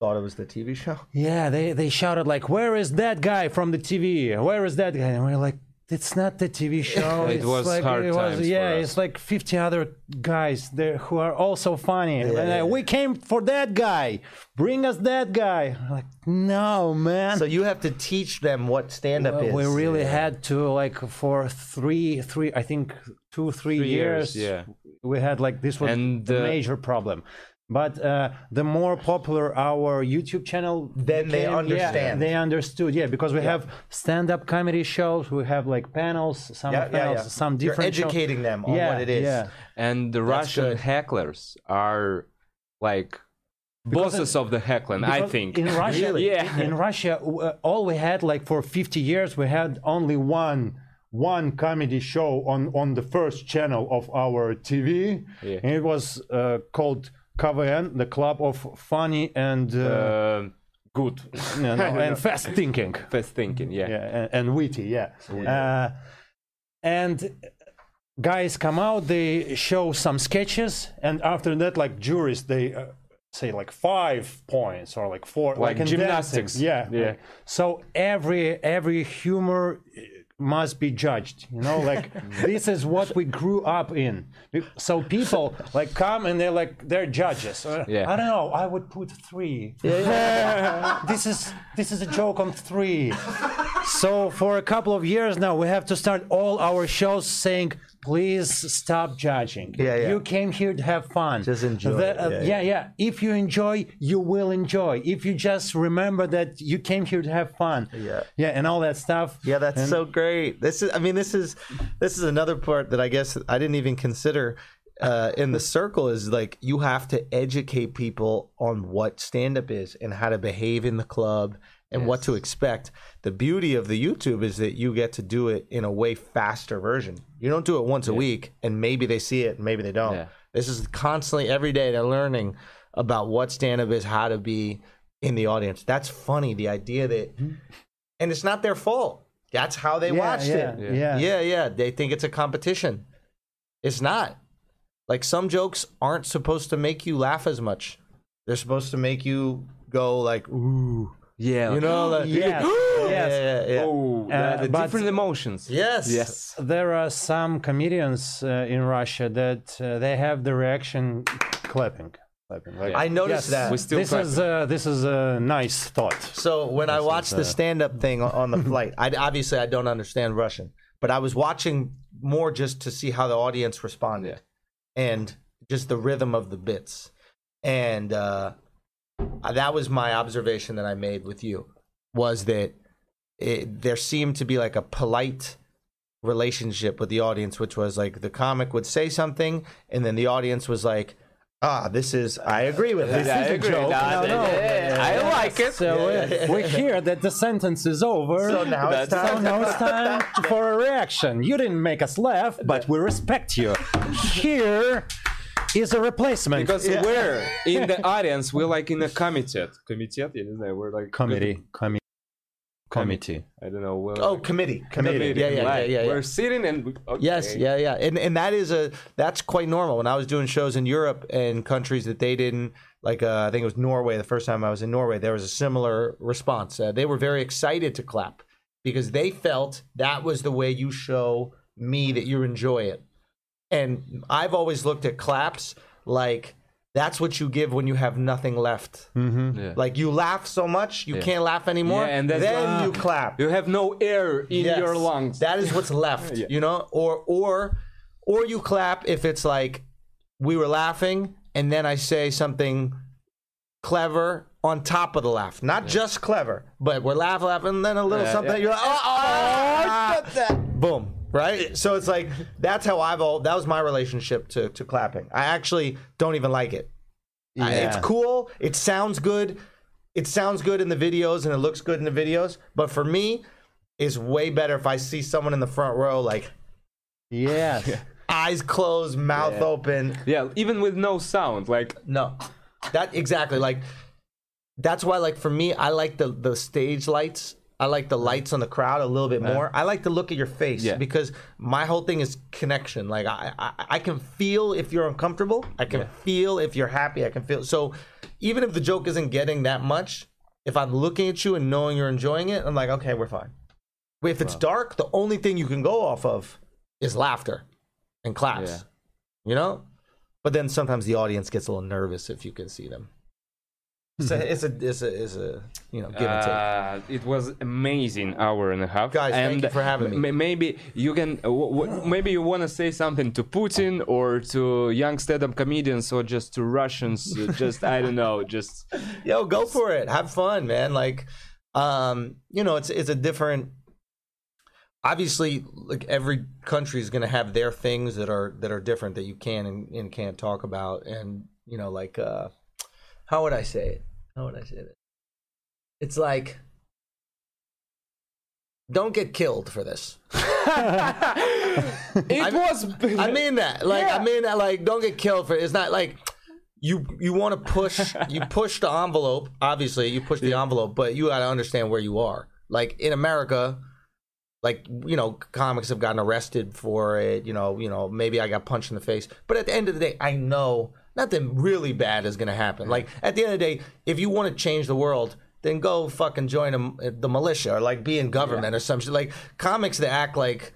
Thought it was the TV show.
yeah, they they shouted like, "Where is that guy from the TV? Where is that guy?" And we're like, "It's not the TV show.
It
it's
was
like,
hard
it was,
times for
Yeah,
us.
it's like 50 other guys there who are also funny. and uh, we came for that guy. Bring us that guy. We're like, no, man.
So you have to teach them what stand up
Well,
is.
we really had to like for three, three, I think two, three
Three years,
years. we had like this was
And,
the
uh,
major problem. But uh, the more popular our YouTube channel,
Then they
yeah,
understand.
they understood, yeah, because we have stand-up comedy shows, we have like panels, some
Yeah, yeah,
panels,
yeah.
some
You're
different. show-
educating them on
yeah,
what it is.
Yeah,
And the Russian
good.
hecklers are like bosses of the heckling, I
Because
think.
in Russia,
Yeah.
in Russia, w- uh, all we had like for 50 years, we had only one one comedy show on on the first channel of our TV.
Yeah.
And it was uh, called KVN, the Club of Funny and uh,
Uh, good.
no, no, and Fast Thinking.
First thinking, yeah.
Yeah, and, and witty, yeah. Uh, and guys come out, they show some sketches, and after that, like juries, they uh, say like five points or like four,
Like
in
gymnastics.
dancing. Yeah,
Yeah.
So every every humor uh, must be judged. You know, like this is what we grew up in. So people like come and they're like they're judges. Uh,
Yeah.
I don't know. I would put three. this is this is a joke on three. So for a couple of years now, we have to start all our shows saying, "Please stop judging.
Yeah, yeah.
You came here to have fun.
Just enjoy
The-
it.
uh,
Yeah,
yeah, yeah. If you enjoy, you will enjoy. If you just remember that you came here to have fun.
Yeah.
yeah, and all that stuff.
Yeah, that's so great. This is I mean this is this is another part that I guess I didn't even consider uh, in the circle is like you have to educate people on what stand up is and how to behave in the club and what to expect. The beauty of the YouTube is that you get to do it in a way faster version. You don't do it once a week and maybe they see it and maybe they don't.
Yeah.
This is constantly every day they're learning about what stand up is, how to be in the audience. That's funny, the idea that and it's not their fault. That's how they
Yeah,
watched
yeah,
it.
yeah.
Yeah. yeah, They think it's a competition. It's not. Like some jokes aren't supposed to make you laugh as much. They're supposed to make you go like, ooh,
Yeah.
you know, like,
Yes, yes.
yeah, yeah, yeah.
Oh,
Uh,
the- the
but-
different emotions.
yes,
Yes.
There are some comedians uh, in Russia that uh, they have the reaction clapping, clapping. Like,
I noticed
Yes.
that.
We still
this is uh, this is a nice thought.
So when I watched the stand-up thing on- on the flight, I obviously I don't understand Russian, but I was watching more just to see how the audience responded and just the rhythm of the bits. and uh, that was my observation that I made with you was that it, there seemed to be like a polite relationship with the audience, which was like the comic would say something, and then the audience was like, "Ah, this is I agree with this."
I
is a
agree.
joke."
Nah,
No,
yeah,
no.
yeah, I like it.
So uh, we hear that the sentence is over.
So now it's
That's-
So
time.
now it's time for a reaction. You didn't make us laugh, but we respect you. Here is a replacement.
Because we're in the audience, we're like in a committee. Committee, я не знаю, we're like
committee, committee, committee.
I don't know. We're
Oh,
like-
committee, committee. Yeah, yeah, yeah,
right.
yeah. yeah.
We're sitting and we- okay.
Yes, yeah, yeah, and and that is a that's quite normal. When I was doing shows in Europe and countries that they didn't like, uh, I think it was Norway. The first time I was in Norway, there was a similar response. Uh, they were very excited to clap because they felt that was the way you show me that you enjoy it. And I've always looked at claps like that's what you give when you have nothing left. Like you laugh so much you can't laugh anymore,
Hmm. Yeah, and
and
that's-
then
Ah.
you clap
You have no air in
Yes.
your lungs.
That is what's left, you know, or or or you clap if it's like we were laughing and then I say something clever on top of the laugh, not just clever, but we're laugh laughing and then a little something. You're like, oh, oh, oh, that. boom. Right, so it's like that's how I've all that was my relationship to to clapping. I actually don't even like it. I- Ah, it's
Yeah.
cool. It sounds good. It sounds good in the videos and it looks good in the videos. But for me, it's way better if I see someone in the front row, like
Yes.
eyes closed, mouth open.
Yeah, even with no sound, like
No, that exactly. Like that's why, like for me, I like the the stage lights. I like the lights on the crowd a little bit more. I like to look at your face
Yeah.
because my whole thing is connection. Like I, I, I can feel if you're uncomfortable. I can feel if you're happy. I can feel. So even if the joke isn't getting that much, if I'm looking at you and knowing you're enjoying it, I'm like, okay, we're fine. But if it's dark, the only thing you can go off of is laughter and claps.
Yeah.
You know, but then sometimes the audience gets a little nervous if you can see them. So it's a it's a it's a you know give and take.
Uh, it was amazing hour and a half.
Guys, thank
and
you for having me.
ma- maybe you can, w- w- maybe you want to say something to Putin or to young stand-up comedians or just to Russians. uh, just I don't know. Just
Yo, go for it. Have fun, man. Like, um, you know, it's it's a different. Obviously, like every country is going to have their things that are that are different that you can and, and can't talk about, and you know, like, uh, how would I say it? How would I say it? It's like, don't get killed for this.
it was.
I mean that. Like I mean that. Like don't get killed for it. It's not like you you want to push. You push the envelope. Obviously, you push the envelope, but you got to understand where you are. Like in America, like you know, comics have gotten arrested for it. You know, you know, maybe I got punched in the face, but at the end of the day, I know nothing really bad is gonna happen. Like at the end of the day, if you want to change the world. Then go fucking join them- the militia or like be in government or some shit. Like comics that act like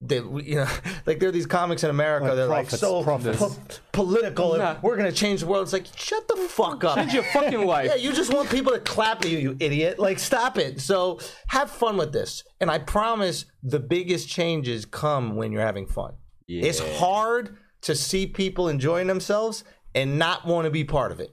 they you know like there are these comics in America that are like
prophets,
so
prophets.
po- political and
Nah.
we're gonna change the world. It's like shut the fuck up.
Change your fucking life.
yeah, you just want people to clap at you, you idiot. Like stop it. So have fun with this, and I promise the biggest changes come when you're having fun. It's hard to see people enjoying themselves and not want to be part of it.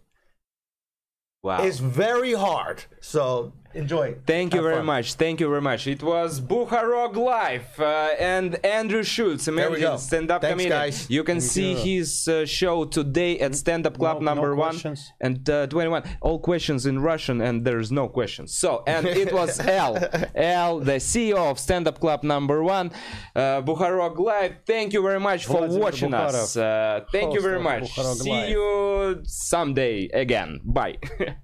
wow.
It's very hard. So enjoy. it.
Thank you
Have
very
fun.
much. Thank you very much. It was Bucharog Live uh, and Andrew Schultz,
go.
amazing stand-up
Thanks,
comedian.
guys.
You can see his uh, show today at Stand Up
No-
Club
no
number one
questions.
and uh, 21. All questions in Russian, and there's no questions. So, and it was L, L, the CEO of Stand Up Club number one, uh, Bucharog Live. Thank you very much for
Vladimir
watching us.
Bukharov,
Uh, thank you
host
very
of
much.
Bucharog
See
Live.
you someday again. Bye.